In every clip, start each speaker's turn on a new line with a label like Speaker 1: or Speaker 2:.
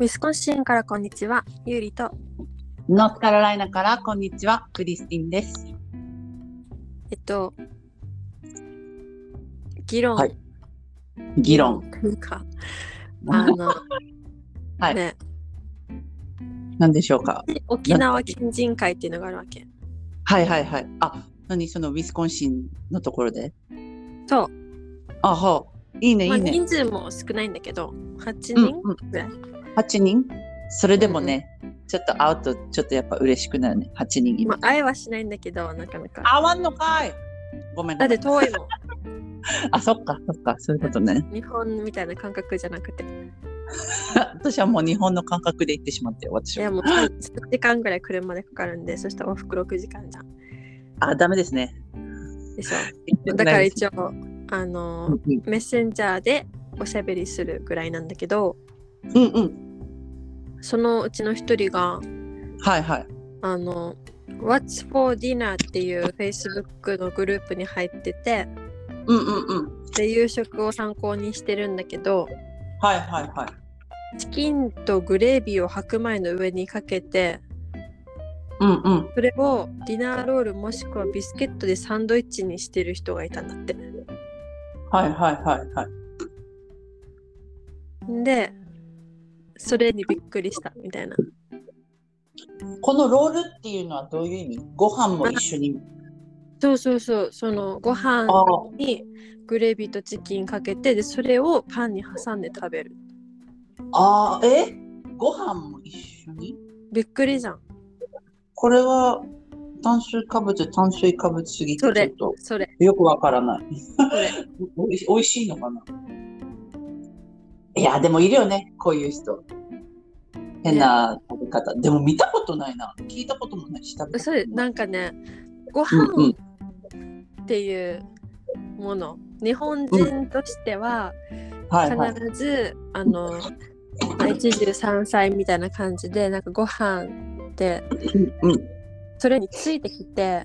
Speaker 1: ウィスコンシンからこんにちは、ゆりと。
Speaker 2: ノースカロライナからこんにちは、クリスティンです。
Speaker 1: えっと、議論、
Speaker 2: はい議論。
Speaker 1: か、あの、
Speaker 2: はい
Speaker 1: ね、
Speaker 2: 何でしょうか。
Speaker 1: 沖縄県人会っていうのがあるわけ。
Speaker 2: はいはいはい。あ、何そのウィスコンシンのところで。
Speaker 1: そう、
Speaker 2: あ、ほう。いいねい
Speaker 1: まあ、
Speaker 2: いね。
Speaker 1: 人数も少ないんだけど、8
Speaker 2: うん
Speaker 1: 人
Speaker 2: うん
Speaker 1: ぐらい。
Speaker 2: 八人。それでもね、ちょっと会うとちょっとやっぱ嬉しくなるね。八人いる
Speaker 1: まあ、会えはしないんだけど、なかなか。
Speaker 2: 会わんのかい。ごめん
Speaker 1: だ
Speaker 2: な
Speaker 1: っ
Speaker 2: さ
Speaker 1: て遠
Speaker 2: い。
Speaker 1: いもん、
Speaker 2: あ、そっかそっか。そういうことね。
Speaker 1: 日本みたいな感覚じゃなくて。
Speaker 2: 私はもう日本の感覚で行ってしまってよ私
Speaker 1: いや、
Speaker 2: は。
Speaker 1: もう3時間ぐらい車でかかるんで、そしたら往復6時間じゃん。
Speaker 2: あ、ダメですね。
Speaker 1: でしょ。
Speaker 2: 行きたく
Speaker 1: だか
Speaker 2: な
Speaker 1: ら
Speaker 2: いです
Speaker 1: 一応、あの、
Speaker 2: うん
Speaker 1: メッセンジャーでおしゃべりするぐらいなんだけど
Speaker 2: うんうん。
Speaker 1: そのうちの一人が
Speaker 2: はいはい。
Speaker 1: あの What's for dinner っていう Facebook のグループに入ってて
Speaker 2: うんうんうん。
Speaker 1: で夕食を参考にしてるんだけど
Speaker 2: はいはいはい。
Speaker 1: チキンとグレービーを白米の上にかけて
Speaker 2: うんうん。
Speaker 1: それをディナーロールもしくはビスケットでサンドイッチにしてる人がいたんだって
Speaker 2: はいはいはいはい。
Speaker 1: でそれにびっくりしたみたいな
Speaker 2: このロールっていうのはどういう意味ご飯も一緒に。
Speaker 1: そうそうそうそのご飯
Speaker 2: ああ、
Speaker 1: にグレービーとチキンかけてでそれをパンに挟んで食べる
Speaker 2: あーえご飯も一緒に
Speaker 1: びっくりじゃん
Speaker 2: これは炭水化物、炭水化物すぎて
Speaker 1: そ
Speaker 2: ちょ
Speaker 1: れ
Speaker 2: っと
Speaker 1: それ
Speaker 2: よくわからない。
Speaker 1: それ
Speaker 2: おいしおいしいのかないや、でもいるよね、こういう人。変な食べ方。でも見たことないな。聞いたこともないし、食べたこと
Speaker 1: そ
Speaker 2: もな
Speaker 1: れ
Speaker 2: い
Speaker 1: なんかねご
Speaker 2: うんう
Speaker 1: 飯
Speaker 2: ん
Speaker 1: っていうもの、日本人としては
Speaker 2: はいはい。
Speaker 1: 必ず、あのまあ113歳みたいな感じでなんかご飯って
Speaker 2: うん。
Speaker 1: それについてきて、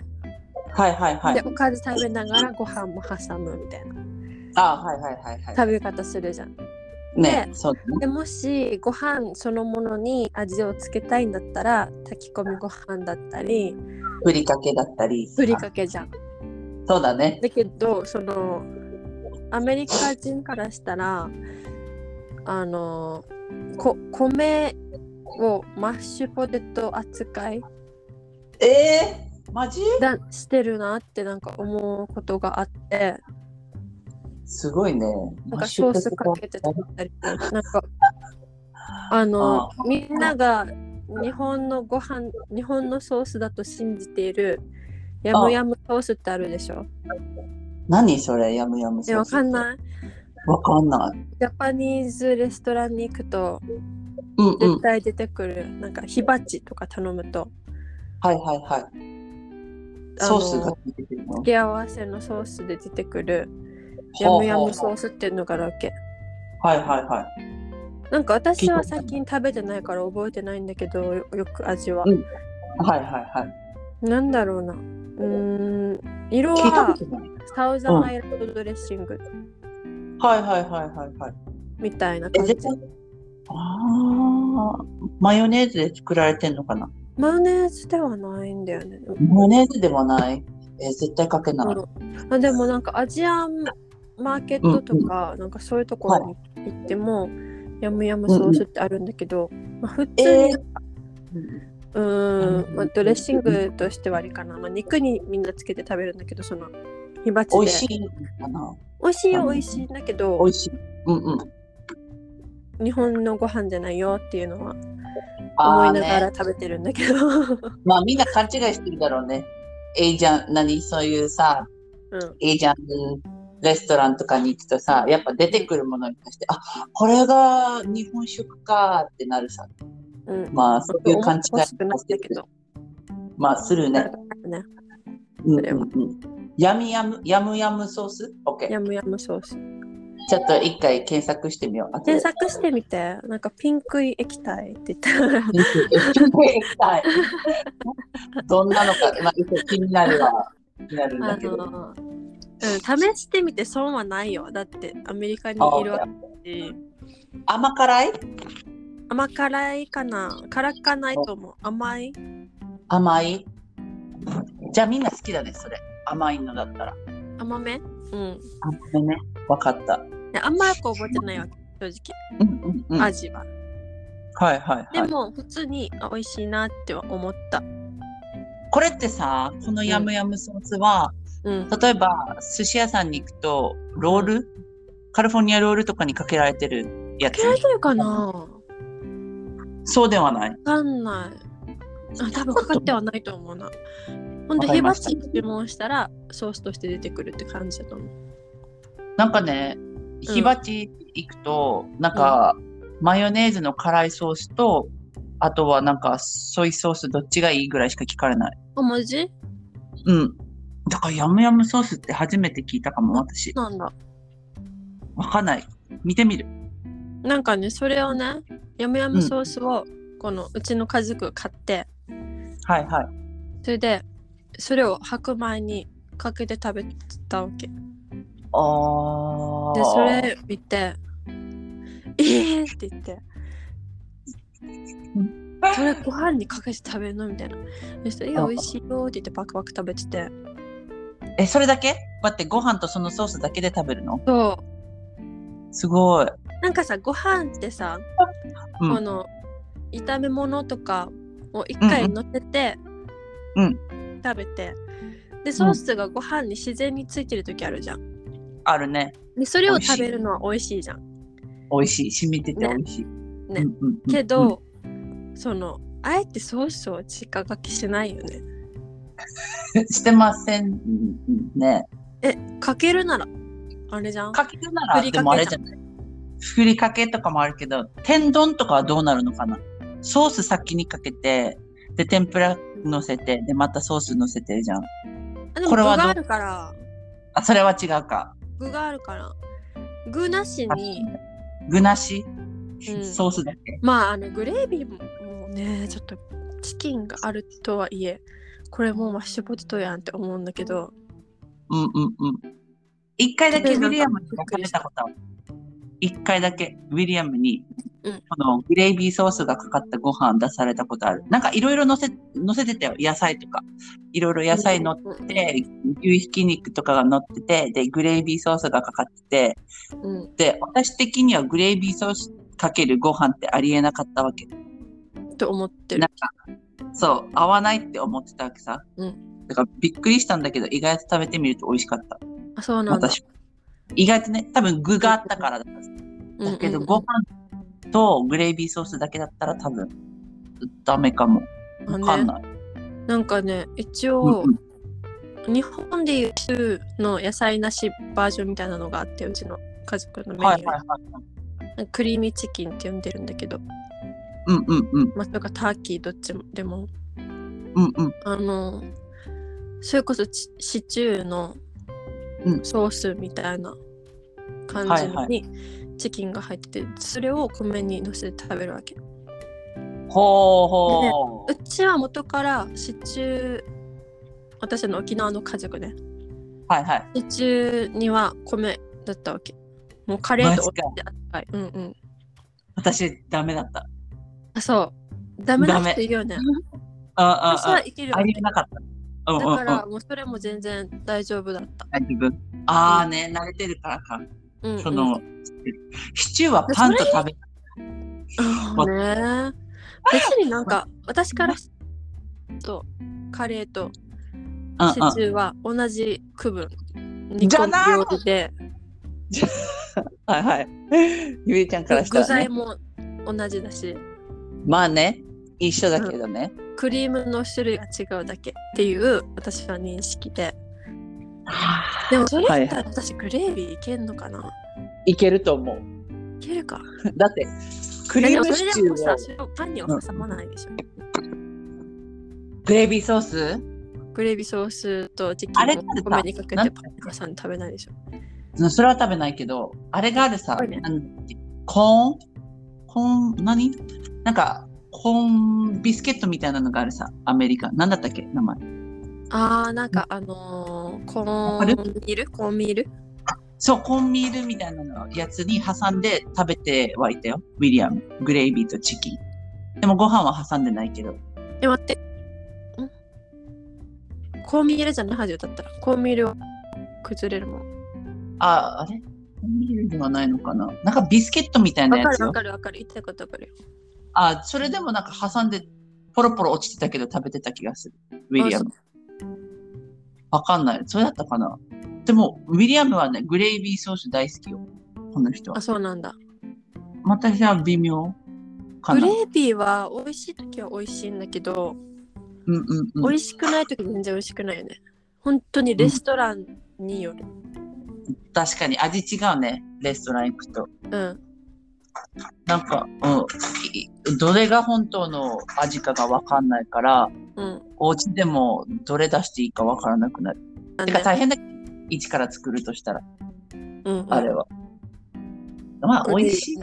Speaker 2: はいはいは
Speaker 1: で
Speaker 2: い。
Speaker 1: おかず食べながらご飯も挟むみたいな
Speaker 2: あーはいはいはいは
Speaker 1: 食べ方するじゃん。
Speaker 2: い。ね、そうだね。
Speaker 1: でもしご飯そのものに味をつけたいんだったら炊き込みご飯だったり
Speaker 2: ふりかけだったり。
Speaker 1: ふりかけじゃん。
Speaker 2: そうだね。
Speaker 1: だけどそのアメリカ人からしたらあのこ米をマッシュポテト扱い
Speaker 2: ええマジ
Speaker 1: だしてるなってなんか思うことがあって
Speaker 2: すごいね。
Speaker 1: なんかソースかけて食べたりなんかあの
Speaker 2: あ
Speaker 1: みんなが日本のご飯日本のソースだと信じているやむやむソースってあるでしょ
Speaker 2: 何それやむやむ
Speaker 1: えわかん
Speaker 2: い。
Speaker 1: ない
Speaker 2: わかんない。
Speaker 1: ジャパニーズレストランに行くと
Speaker 2: うんうん
Speaker 1: 絶。対出てくる、なんか火鉢とか頼むと
Speaker 2: はいはいはい。ソースがついてくるの
Speaker 1: 付け合わせのソースで出てくるやむやむソースっていうのがあるわけ
Speaker 2: はいはいはい。
Speaker 1: なんか私は最近食べてないから覚えてないんだけどよよく味は、
Speaker 2: うんはいはいはい。
Speaker 1: なんだろうなうーん色
Speaker 2: 聞いたこ
Speaker 1: は
Speaker 2: とない。
Speaker 1: サウザンアイランドドレッシング
Speaker 2: はいはいはいはいはい。
Speaker 1: みたいな
Speaker 2: え、
Speaker 1: 感じ
Speaker 2: 絶対。ああ、マヨネーズで作られてんのかな
Speaker 1: マヨネーズではないんだよね
Speaker 2: マヨネーズでもない。え、絶対かけない。
Speaker 1: あでもなんかアジアンマーケットとか、なんかそういうところに行っても、やむやむソースってあるんだけど、まあ、普通に、
Speaker 2: え
Speaker 1: うーん、まあ、ドレッシングとしてはありかな、まあ、肉にみんなつけて食べるんだけどその火鉢で
Speaker 2: 美味しいのかな
Speaker 1: 美味しいよ美味しいんだけ
Speaker 2: 美
Speaker 1: ど
Speaker 2: 味しい。うんうん。
Speaker 1: 日本のご飯じゃないよっていうのは
Speaker 2: あ
Speaker 1: 思い
Speaker 2: あ
Speaker 1: なが
Speaker 2: ね
Speaker 1: ら食べてるんだけど、
Speaker 2: まあみんな勘違いしてるだろうね。えいじゃん、何そういうさ、
Speaker 1: うん、
Speaker 2: エージャンレストランとかに行くとさ、やっぱ出てくるものに対して、あこれが日本食かってなるさ。
Speaker 1: うん、
Speaker 2: まあそういう勘違い
Speaker 1: 欲しくなったけど、
Speaker 2: まあするね。
Speaker 1: ね、
Speaker 2: うんうん
Speaker 1: れは
Speaker 2: うん。やむやむ、やむやむソース ?OK。
Speaker 1: やむやむソース
Speaker 2: ちょっと一回検索してみよう。
Speaker 1: 検索してみてなんかピンクい液体って言ったら
Speaker 2: 後で。はいどんなのか、まあ、気になるは気になるん
Speaker 1: あ
Speaker 2: だけど。
Speaker 1: の、うん、試してみて損はないよだってアメリカにいるわけだし
Speaker 2: 甘辛い
Speaker 1: 甘辛いかな辛かないと思う甘い
Speaker 2: 甘いじゃあみんな好きだねそれ甘いのだったら
Speaker 1: 甘めうん
Speaker 2: 甘いね分かった
Speaker 1: ねあんまよく覚えてないわけ正
Speaker 2: うんうん
Speaker 1: 直
Speaker 2: うんはい
Speaker 1: 味は、
Speaker 2: はいはい
Speaker 1: でも普通にあ美味しいなっては思った
Speaker 2: これってさこのヤムヤムソースは、
Speaker 1: うん
Speaker 2: 例えば寿司屋さんに行くとロールカリフォルニアロールとかにかけられてるやつ
Speaker 1: 嫌いてるかな
Speaker 2: そうではない
Speaker 1: わかんないあ多分かかってはないと思うなほんで
Speaker 2: わかり
Speaker 1: ヘ
Speaker 2: ま
Speaker 1: バ
Speaker 2: した
Speaker 1: チ注文したらソースとして出てくるって感じだと思う
Speaker 2: なんかね火鉢行くと、なんか、マヨネーズの辛いソースとあとはなんかソイソースどっちがいいぐらいしか聞かれない
Speaker 1: あマジ
Speaker 2: うんだからヤムヤムソースって初めて聞いたかも私
Speaker 1: なんだ
Speaker 2: わかんない見てみる
Speaker 1: なんかねそれをねヤムヤムソースをこのうちの家族が買って
Speaker 2: はいはい
Speaker 1: それでそれを白米にかけて食べたわけで
Speaker 2: あー
Speaker 1: それ見て「ええー!」って言って「それご飯にかけて食べるの?」みたいなそしたら「いや
Speaker 2: あ
Speaker 1: 美味しいよ」って言ってバクバク食べてて
Speaker 2: えそれだけ待ってご飯とそのソースだけで食べるの
Speaker 1: そう
Speaker 2: すごい
Speaker 1: なんかさご飯ってさ、
Speaker 2: うん
Speaker 1: この炒め物とかを一回乗せて、
Speaker 2: うん
Speaker 1: 食べてでソースがご飯に自然についてる時あるじゃん
Speaker 2: あるね
Speaker 1: でそれを食べるのは美味しいじゃん
Speaker 2: 美味しい染みてて美
Speaker 1: ね
Speaker 2: 味しい、
Speaker 1: ね
Speaker 2: うんうんうん
Speaker 1: けど、そのあえてソースを直書きしないよね
Speaker 2: うん してませんね
Speaker 1: えかけるならあれじゃん
Speaker 2: かけるな
Speaker 1: ふ
Speaker 2: ら
Speaker 1: りかけ
Speaker 2: でもあれじゃないふりかけとかもあるけど天丼とかはどうなるのかなソース先にかけてで天ぷら乗せてでまたソース乗せてるじゃ
Speaker 1: あ
Speaker 2: ん
Speaker 1: でも
Speaker 2: こ
Speaker 1: 具
Speaker 2: れはどう
Speaker 1: があるから
Speaker 2: あそれは違うか
Speaker 1: 具があるから具なしに、
Speaker 2: 具なし、
Speaker 1: うん
Speaker 2: ソースだけ
Speaker 1: まああのグレービーももうねちょっとチキンがあるとはいえこれもうマッシュポテトやんって思うんだけど
Speaker 2: うんうんうん一回だけウィリアムに
Speaker 1: ちょっと
Speaker 2: かけたことある一回だけウィリアムに、
Speaker 1: うん
Speaker 2: このグレイビーソースがかかったご飯出されたことあるなんかいろいろ乗せ乗せてたよ野菜とかいろいろ野菜乗っ、
Speaker 1: って
Speaker 2: 牛ひき肉とかが乗っててでグレイビーソースがかかって
Speaker 1: うんうん
Speaker 2: てで私的にはグレイビーソースかけるご飯ってありえなかったわけ
Speaker 1: うん、と思って
Speaker 2: な
Speaker 1: る
Speaker 2: んかそう合わないって思ってたわけさ、
Speaker 1: う
Speaker 2: だからびっくりしたんだけど意外と食べてみると美味しかった
Speaker 1: あそうなんだ
Speaker 2: 私意外とね多分具があったからだだけどご飯とグレービーソースだけだったら多分ダメかも
Speaker 1: あ
Speaker 2: わ
Speaker 1: ね
Speaker 2: かんない、
Speaker 1: なんかね一
Speaker 2: うん
Speaker 1: 応
Speaker 2: うん
Speaker 1: 日本でいう週の野菜なしバージョンみたいなのがあってうちの家族のメニュー
Speaker 2: は
Speaker 1: で
Speaker 2: いはいはい
Speaker 1: なんかクリーミーチキンって呼んでるんだけど
Speaker 2: うんうんうん
Speaker 1: まあそれかターキーどっちもでも
Speaker 2: うんうん
Speaker 1: あのそれこそチシチューの
Speaker 2: うん
Speaker 1: ソースみたいな感じのにチキンが入ってて、それを米にのせて食べるわけう
Speaker 2: ほうほう
Speaker 1: ちは元からシチュー私の沖縄の家族ね
Speaker 2: はいはい
Speaker 1: シチューには米だったわけもうカレーと同じ扱いうんうん
Speaker 2: 私ダメだった
Speaker 1: あそうダメな人いるよね
Speaker 2: ああ
Speaker 1: 私
Speaker 2: あ
Speaker 1: は
Speaker 2: あ
Speaker 1: 生きるわ
Speaker 2: あ
Speaker 1: け
Speaker 2: りえなかったうんうんう
Speaker 1: だ
Speaker 2: ん
Speaker 1: からもうそれも全然大丈夫だった
Speaker 2: あ自分ああね慣れてるからか
Speaker 1: うんうん
Speaker 2: その、シチューはパンと食べ
Speaker 1: そうね。別になんか私からするとカレーと
Speaker 2: うん
Speaker 1: シチ
Speaker 2: うん
Speaker 1: ューは同じ区分
Speaker 2: じゃない
Speaker 1: 煮込み料理で
Speaker 2: はいはい ゆりちゃんからした
Speaker 1: 具
Speaker 2: ら、ね
Speaker 1: 材、も同じだし
Speaker 2: まあね一緒だけどね、
Speaker 1: クリームの種類が違うだけっていう私は認識ででもそれ言ったら私グレービーいけんのかな、
Speaker 2: いけると思う
Speaker 1: い、けるか
Speaker 2: だってクリームシチ
Speaker 1: で
Speaker 2: ュ
Speaker 1: もそれでもさ
Speaker 2: ーを
Speaker 1: それをパンには挟まないでしょ、
Speaker 2: グレービーソース
Speaker 1: グレービーソースとチキ
Speaker 2: あれ
Speaker 1: ン
Speaker 2: だ
Speaker 1: を
Speaker 2: ってさ
Speaker 1: 米にかけてパ
Speaker 2: な
Speaker 1: ン
Speaker 2: ん
Speaker 1: に挟んで食べないでしょ
Speaker 2: うんそれは食べないけどあれがあるさ、
Speaker 1: はいね
Speaker 2: なんだっけコーンコーン何なんかコーンビスケットみたいなのがあるさアメリカなんだったっけ名前
Speaker 1: あーなんかあのー、コ
Speaker 2: わかる
Speaker 1: ーンミールコーンミール
Speaker 2: そう、コンミールみたいなのやつに挟んで食べてはいたよ。ウィリアム。グレイビーとチキン。でもご飯は挟んでないけど。
Speaker 1: え、待って。んコーミールじゃないはずよ、だったら。コーミールは崩れるもん。
Speaker 2: あ、あれコンミールではないのかななんかビスケットみたいな
Speaker 1: わ
Speaker 2: や
Speaker 1: か
Speaker 2: つ
Speaker 1: るわ
Speaker 2: よ。
Speaker 1: かるわかる。言ってることわかるよ。
Speaker 2: あ、それでもなんか挟んで、ポロポロ落ちてたけど食べてた気がする。ウィリアム。わかんない。それだったかなでも、ウィリアムはね、グレイビーソース大好きよ。この人は
Speaker 1: あ、。そうなんだ。
Speaker 2: または微妙か
Speaker 1: グ
Speaker 2: な。
Speaker 1: レービーは美味しい時は美味しいんだけど、
Speaker 2: うんうんうん。
Speaker 1: 美味しくない時全然美味しくないよね。本当にレストランによる。
Speaker 2: 確かに味違うねレストラン行くと
Speaker 1: うん。
Speaker 2: なんか、うんい、どれが本当の味かが分かんないから
Speaker 1: うん。
Speaker 2: お家でもどれ出していいか分からなくなる
Speaker 1: なん
Speaker 2: て
Speaker 1: で
Speaker 2: か大変だけど一から作るとしたら
Speaker 1: うんうん
Speaker 2: あれは、まあ
Speaker 1: うん
Speaker 2: 美味しいし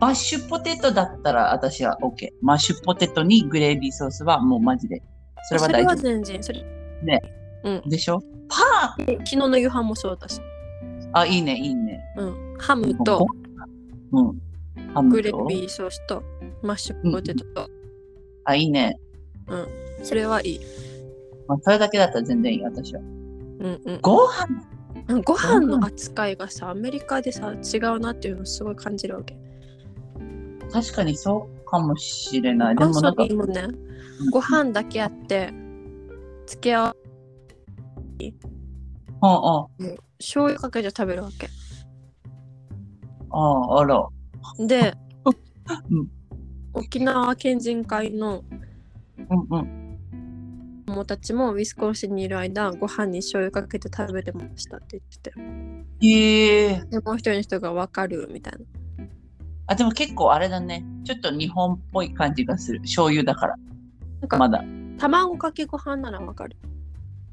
Speaker 2: マッシュポテトだったら私は OK マッシュポテトにグレービーソースはもうマジでそれは
Speaker 1: そ
Speaker 2: 大
Speaker 1: れ
Speaker 2: 丈
Speaker 1: は
Speaker 2: 夫
Speaker 1: 全然。それ
Speaker 2: ね
Speaker 1: うん、
Speaker 2: でしょ
Speaker 1: 昨日の夕飯もそうだし、
Speaker 2: あいいねいいね
Speaker 1: うん、ハムと
Speaker 2: うんハムと
Speaker 1: グレービーソースとマッシュポテトと、
Speaker 2: あいいね
Speaker 1: それはいい。
Speaker 2: まあ、それだけだったら全然いい、私は。
Speaker 1: うんうん
Speaker 2: ご飯
Speaker 1: うん、ご飯の扱いがさ、アメリカでさ、違うなっていうのをすごい感じるわけ。
Speaker 2: 確かにそうかもしれない。で
Speaker 1: コン
Speaker 2: もな
Speaker 1: ソ
Speaker 2: んか
Speaker 1: リ、もね、ご飯だけあって、付け合わ
Speaker 2: うん
Speaker 1: 醤油かけて食べるわけ。
Speaker 2: うん。ああ、あら。
Speaker 1: で、
Speaker 2: うん
Speaker 1: 沖縄県人会の
Speaker 2: うんうん。
Speaker 1: 友達もウィスコンシンにいる間、ご飯に醤油かけて食べてましたって言ってて。
Speaker 2: へえ。
Speaker 1: で、もう一人の人がわかるみたいな。
Speaker 2: あ、でも結構あれだね。ちょっと日本っぽい感じがする。醤油だから。
Speaker 1: なんか
Speaker 2: まだ。
Speaker 1: 卵かけご飯ならわかる。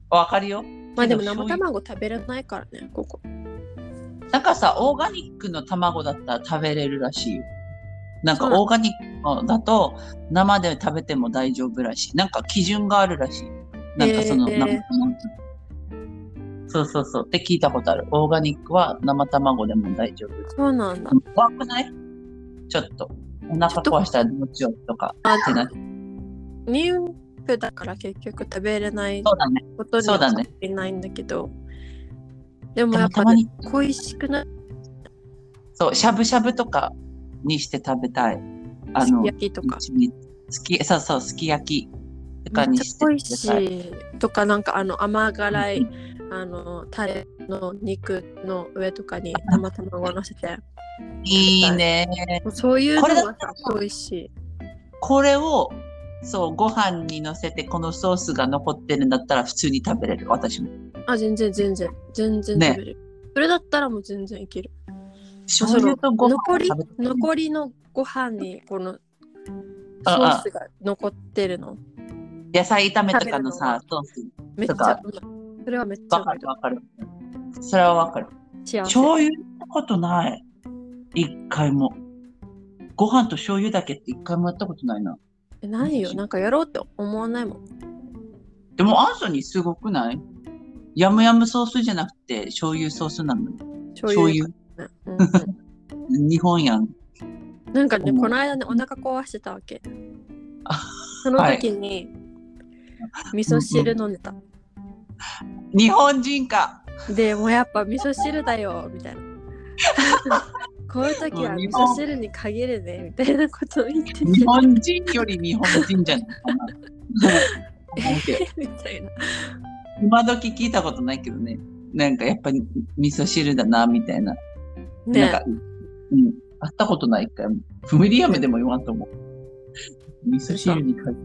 Speaker 2: わかるよ。
Speaker 1: まあでも
Speaker 2: けど
Speaker 1: 生
Speaker 2: 醤
Speaker 1: 卵
Speaker 2: 油
Speaker 1: 食べれないからね、ここ。
Speaker 2: なんかさ、オーガニックの卵だったら食べれるらしいよ。なんか
Speaker 1: そうなの
Speaker 2: オーガニックのだと生で食べても大丈夫らしい。なんか基準があるらしい。なんかその、
Speaker 1: へー
Speaker 2: なんかなんかそうそうそう。って聞いたことある。オーガニックは生卵でも大丈夫。
Speaker 1: そうなんだ。
Speaker 2: 怖くないちょっと。お腹壊したらどうしようとか
Speaker 1: あ
Speaker 2: ってなる。
Speaker 1: 妊婦だから結局食べれない
Speaker 2: そうだね。
Speaker 1: ことに
Speaker 2: そうだ
Speaker 1: は
Speaker 2: ね
Speaker 1: できないんだけど。でも
Speaker 2: で
Speaker 1: や
Speaker 2: も
Speaker 1: ったぱ
Speaker 2: まに、
Speaker 1: 恋しくない
Speaker 2: そう、しゃぶしゃぶとかにして食べたい。あ
Speaker 1: す
Speaker 2: の
Speaker 1: き、焼きとか。
Speaker 2: 一味すき、そうそう、すき焼きと
Speaker 1: め
Speaker 2: か
Speaker 1: っ
Speaker 2: に
Speaker 1: ちゃ
Speaker 2: して
Speaker 1: 恋
Speaker 2: 食べたい。
Speaker 1: しいとかなんかあの甘辛い、
Speaker 2: うん
Speaker 1: あのタレの肉の上とかに生卵乗せて
Speaker 2: いいね。
Speaker 1: もうそういうの
Speaker 2: これ
Speaker 1: が
Speaker 2: だ
Speaker 1: さ恋しい。
Speaker 2: これを、そう、ご飯に乗せて、このソースが残ってるんだったら普通に食べれる、私も。
Speaker 1: あ全然全然全然
Speaker 2: ね
Speaker 1: 食べれる。それだったらもう全然いける。
Speaker 2: 醤油とご飯
Speaker 1: 残り
Speaker 2: 食べたい
Speaker 1: 残りのご飯にこのソ
Speaker 2: ああ
Speaker 1: ースが残ってるの
Speaker 2: 野菜炒めとかのさ、ソース。
Speaker 1: めっち
Speaker 2: とか
Speaker 1: ゃうまいそれはめっちゃ
Speaker 2: わ
Speaker 1: うま
Speaker 2: か
Speaker 1: い
Speaker 2: るわかる。それはわかる。
Speaker 1: 幸せ。
Speaker 2: 醤油ったことない。一回も。ご飯と醤油だけって一回もやったことないな。
Speaker 1: えないよ。なんかやろうって思わないもん。
Speaker 2: でもアンソニーすごくないヤムヤムソースじゃなくて醤油ソースなんだね。
Speaker 1: 醤
Speaker 2: 醤
Speaker 1: 油。
Speaker 2: 油。
Speaker 1: うんう
Speaker 2: 日本やん。
Speaker 1: ん、なんかね、
Speaker 2: うん
Speaker 1: この間ね、お腹壊してたわ け
Speaker 2: あ。
Speaker 1: その時に、味噌汁飲んでた。
Speaker 2: 日本人か。
Speaker 1: でもうやっぱ味噌汁だよ、みたいな。 こういう時は
Speaker 2: もう
Speaker 1: 味
Speaker 2: 日本
Speaker 1: 噌汁に限るね、みたいなことを言ってて。
Speaker 2: 日本人より日本人じゃないかな。思うけ ど
Speaker 1: みたいな。
Speaker 2: 今時聞いたことないけどね。なんかやっぱり味噌汁だな、みたいな。なん
Speaker 1: ね
Speaker 2: か、うん、会ったことないから、フミリアムでも言わんと思う。味噌汁に限る。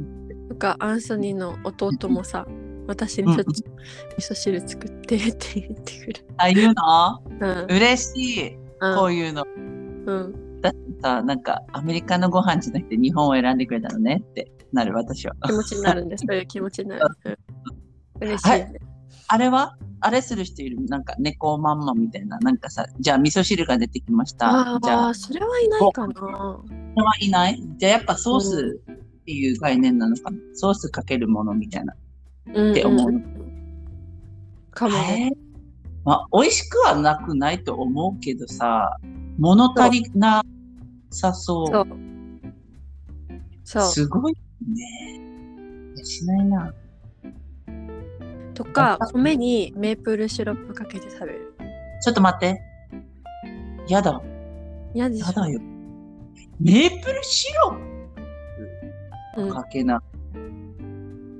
Speaker 1: なんかアンソニーの弟もさ、私にちょっと味噌汁作ってって言ってくる。
Speaker 2: ああいうの
Speaker 1: うん。
Speaker 2: 嬉しい。こういうの。
Speaker 1: うん。
Speaker 2: さ、なんか、アメリカのご飯じゃなくて日本を選んでくれたのねってなる、私は。
Speaker 1: 気持ちになるんです。そういう気持ちになる。うん嬉しいね。
Speaker 2: あれはあれする人いるなんか、猫まんまみたいな。なんかさ、じゃあ味噌汁が出てきました
Speaker 1: あ。
Speaker 2: じゃあ、
Speaker 1: あ、それはいないかな。
Speaker 2: 人はいないじゃあやっぱソースっていう概念なのかな。ソースかけるものみたいな。
Speaker 1: うん
Speaker 2: って思う
Speaker 1: うんかもね。
Speaker 2: えーまあ、美味しくはなくないと思うけどさ、物足りなさそう。
Speaker 1: そう。そ
Speaker 2: すごいね。いやしないな。
Speaker 1: う。とか、米にメープルシロップかけて食べる。
Speaker 2: ちょっと待って。やだ、
Speaker 1: 嫌でし
Speaker 2: や
Speaker 1: ょ。
Speaker 2: だよ。メープルシロ
Speaker 1: う
Speaker 2: ップ
Speaker 1: ん
Speaker 2: かけな。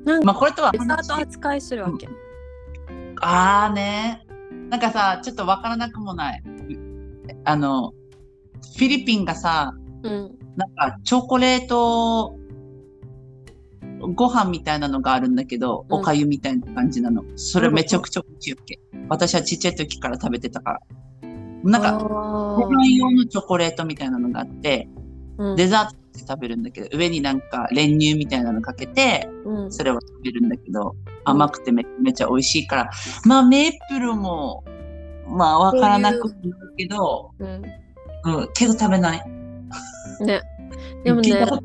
Speaker 1: なん
Speaker 2: ま
Speaker 1: か
Speaker 2: あ、これとは
Speaker 1: デザート扱いするわけ。
Speaker 2: ああね。なんかさ、ちょっとわからなくもない。あの、フィリピンがさ、
Speaker 1: うん。
Speaker 2: なんかチョコレートご飯みたいなのがあるんだけど、
Speaker 1: うん
Speaker 2: おかゆみたいな感じなの。それめちゃくちゃ美味しいわけ。私はちっちゃい時から食べてたから。なんか、
Speaker 1: あ
Speaker 2: ご
Speaker 1: ー
Speaker 2: 飯用のチョコレートみたいなのがあって、
Speaker 1: うん
Speaker 2: デザートで食べるんだけど、上になんか練乳みたいなのかけて、
Speaker 1: うん
Speaker 2: それを食べるんだけど、甘くてめめちゃ美味しいから、まあメープルも、まあわからなくもないけど、
Speaker 1: うん。
Speaker 2: うん、けど食べない。
Speaker 1: ね。でも
Speaker 2: 聞い
Speaker 1: ね
Speaker 2: た、こと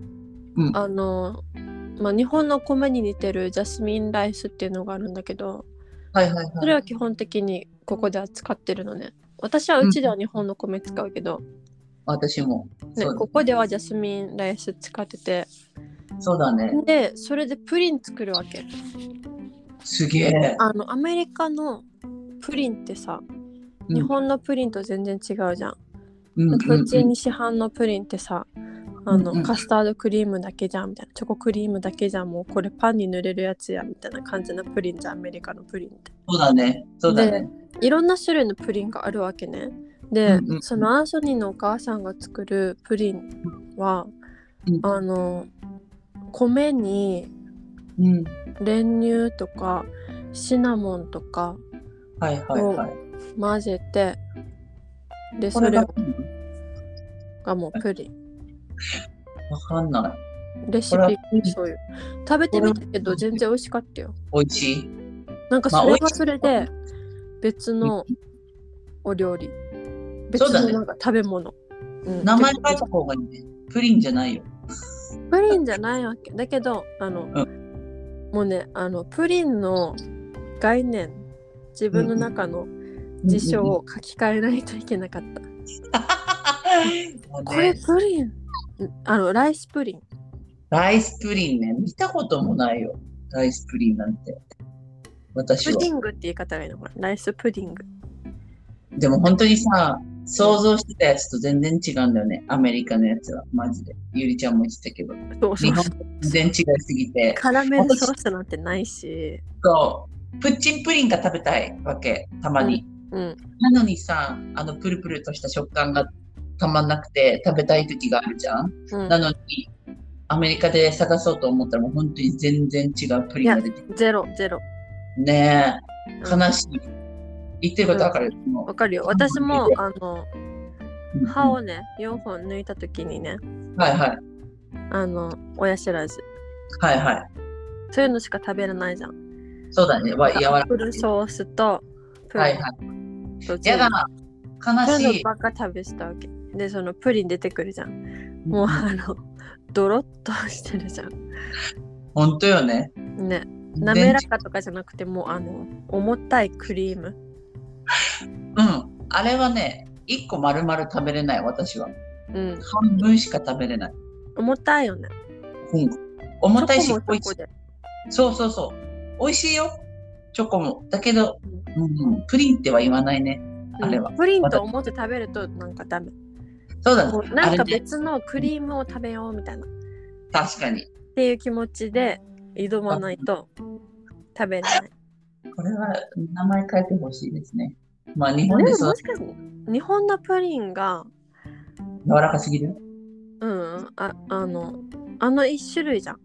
Speaker 1: あの、まあ、日本の米に似てるジャスミンライスっていうのがあるんだけど、
Speaker 2: はいはいは
Speaker 1: そ
Speaker 2: い。
Speaker 1: れは基本的にここで扱ってるのね。私はうちでは日本の米使うけど、
Speaker 2: 私も。
Speaker 1: ね
Speaker 2: そう、
Speaker 1: ここではジャスミンライス使ってて、
Speaker 2: そうだね。
Speaker 1: で、それでプリン作るわけ。
Speaker 2: すげえ。
Speaker 1: あの、アメリカのプリンってさ、
Speaker 2: うん
Speaker 1: 日本のプリンと全然違うじゃん。
Speaker 2: うん
Speaker 1: な
Speaker 2: うん
Speaker 1: か
Speaker 2: ん
Speaker 1: 普通
Speaker 2: うん
Speaker 1: に市販のプリンってさ、あ
Speaker 2: うんう
Speaker 1: の
Speaker 2: ん
Speaker 1: カスタードクリームだけじゃんみたいなチョコクリームだけじゃんもうこれパンに塗れるやつやみたいな感じのプリンじゃんアメリカのプリンって
Speaker 2: そうだね。そうだね。
Speaker 1: いろんな種類のプリンがあるわけねで、
Speaker 2: うんうん
Speaker 1: そのアンソニーのお母さんが作るプリンは、
Speaker 2: うん
Speaker 1: あの米に
Speaker 2: うん。
Speaker 1: 練乳とかシナモンとか
Speaker 2: はいはいはい。
Speaker 1: 混ぜてでそ
Speaker 2: これ
Speaker 1: れ
Speaker 2: が
Speaker 1: がもうプリン
Speaker 2: わかんない。
Speaker 1: レシ
Speaker 2: これは
Speaker 1: ピそういう食べてみたけ
Speaker 2: これ
Speaker 1: ど
Speaker 2: は
Speaker 1: 全然美味しかったよ
Speaker 2: 美味しい。
Speaker 1: なんか
Speaker 2: まあ
Speaker 1: それ
Speaker 2: 美
Speaker 1: は
Speaker 2: 味しい
Speaker 1: それで別のお料理別
Speaker 2: そうだ
Speaker 1: の
Speaker 2: ね
Speaker 1: なんか食べ物、うん
Speaker 2: 名前書いた方がいいね。プリンじゃないよ。
Speaker 1: プリンじゃないわけだけどあの、
Speaker 2: う
Speaker 1: もうねあのプリンの概念自分の中の辞書を書き換えないといけなかった、
Speaker 2: うん。
Speaker 1: これプリンんあのライスプリン
Speaker 2: ライスプリンね。見たこともないよ。ライスプリンなんて。私
Speaker 1: プ
Speaker 2: は
Speaker 1: デ。ィングって言い方がいいのかなライスプディング
Speaker 2: でも本当にさ、想像してたやつと全然違うんだよね。アメリカのやつは。マジで。ゆりちゃんも言ってたけど。
Speaker 1: そうそ
Speaker 2: 日
Speaker 1: う
Speaker 2: 本と全然違いすぎて。
Speaker 1: カラメルソースなんてないし
Speaker 2: そう。プッチンプリンが食べたいわけ。たまに。
Speaker 1: うん
Speaker 2: なのにさ、あの、プルプルとした食感がたまんなくて食べたい時があるじゃん。
Speaker 1: うん
Speaker 2: なのに、アメリカで探そうと思ったらもう本当に全然違うプリンが出てく
Speaker 1: ゼロゼロ
Speaker 2: る。ねえ。
Speaker 1: うん
Speaker 2: 悲しい。言ってることわかる、も
Speaker 1: わかるよ。私もあの
Speaker 2: ううん
Speaker 1: 歯をね、4本抜いた時にね、
Speaker 2: はいはい。
Speaker 1: あの親知らず、
Speaker 2: はいはい。
Speaker 1: そういうのしか食べれないじゃん。
Speaker 2: そうだね。わ柔ら
Speaker 1: ア
Speaker 2: か
Speaker 1: ップル
Speaker 2: い。
Speaker 1: ソースとプ
Speaker 2: は
Speaker 1: リ
Speaker 2: いはい。
Speaker 1: ンとジ
Speaker 2: や
Speaker 1: ェ
Speaker 2: だ
Speaker 1: ム、
Speaker 2: 悲
Speaker 1: そう
Speaker 2: し
Speaker 1: いう
Speaker 2: い
Speaker 1: の。ばっか食べしたわけ。で、そのプリン出てくるじゃん。もうあの、ドロッとしてるじゃん。
Speaker 2: 本当よね。
Speaker 1: ね、
Speaker 2: 全
Speaker 1: 滑
Speaker 2: 然
Speaker 1: らかとかじゃなくて、もうあの、重たいクリーム。
Speaker 2: うん。あれはね、一個丸々食べれない、私は。
Speaker 1: うん、
Speaker 2: 半分しか食べれない。
Speaker 1: 重たいよね。
Speaker 2: うん。重たいし
Speaker 1: チョ、コ
Speaker 2: 美
Speaker 1: もチョ
Speaker 2: 味し
Speaker 1: コ
Speaker 2: い。
Speaker 1: で。
Speaker 2: そうそうそう。美味しいよ。チョコも。だけど、うん、プリンっては言わないね。あれは
Speaker 1: うんプリンと思って食べるとなんかダメ。
Speaker 2: そうだ
Speaker 1: もう
Speaker 2: ね。
Speaker 1: な
Speaker 2: あ
Speaker 1: ん
Speaker 2: れ
Speaker 1: か
Speaker 2: ね、
Speaker 1: 別のクリームを食べようみたいな。
Speaker 2: 確かに。
Speaker 1: っていう気持ちで挑まないと食べれない。
Speaker 2: これは名前変えてほしいですね。まあ、日
Speaker 1: で
Speaker 2: 本
Speaker 1: も
Speaker 2: で
Speaker 1: もし
Speaker 2: そう
Speaker 1: かして日本のプリンが、
Speaker 2: 柔らかすぎる。
Speaker 1: うん、ああの、あの一種類じゃん。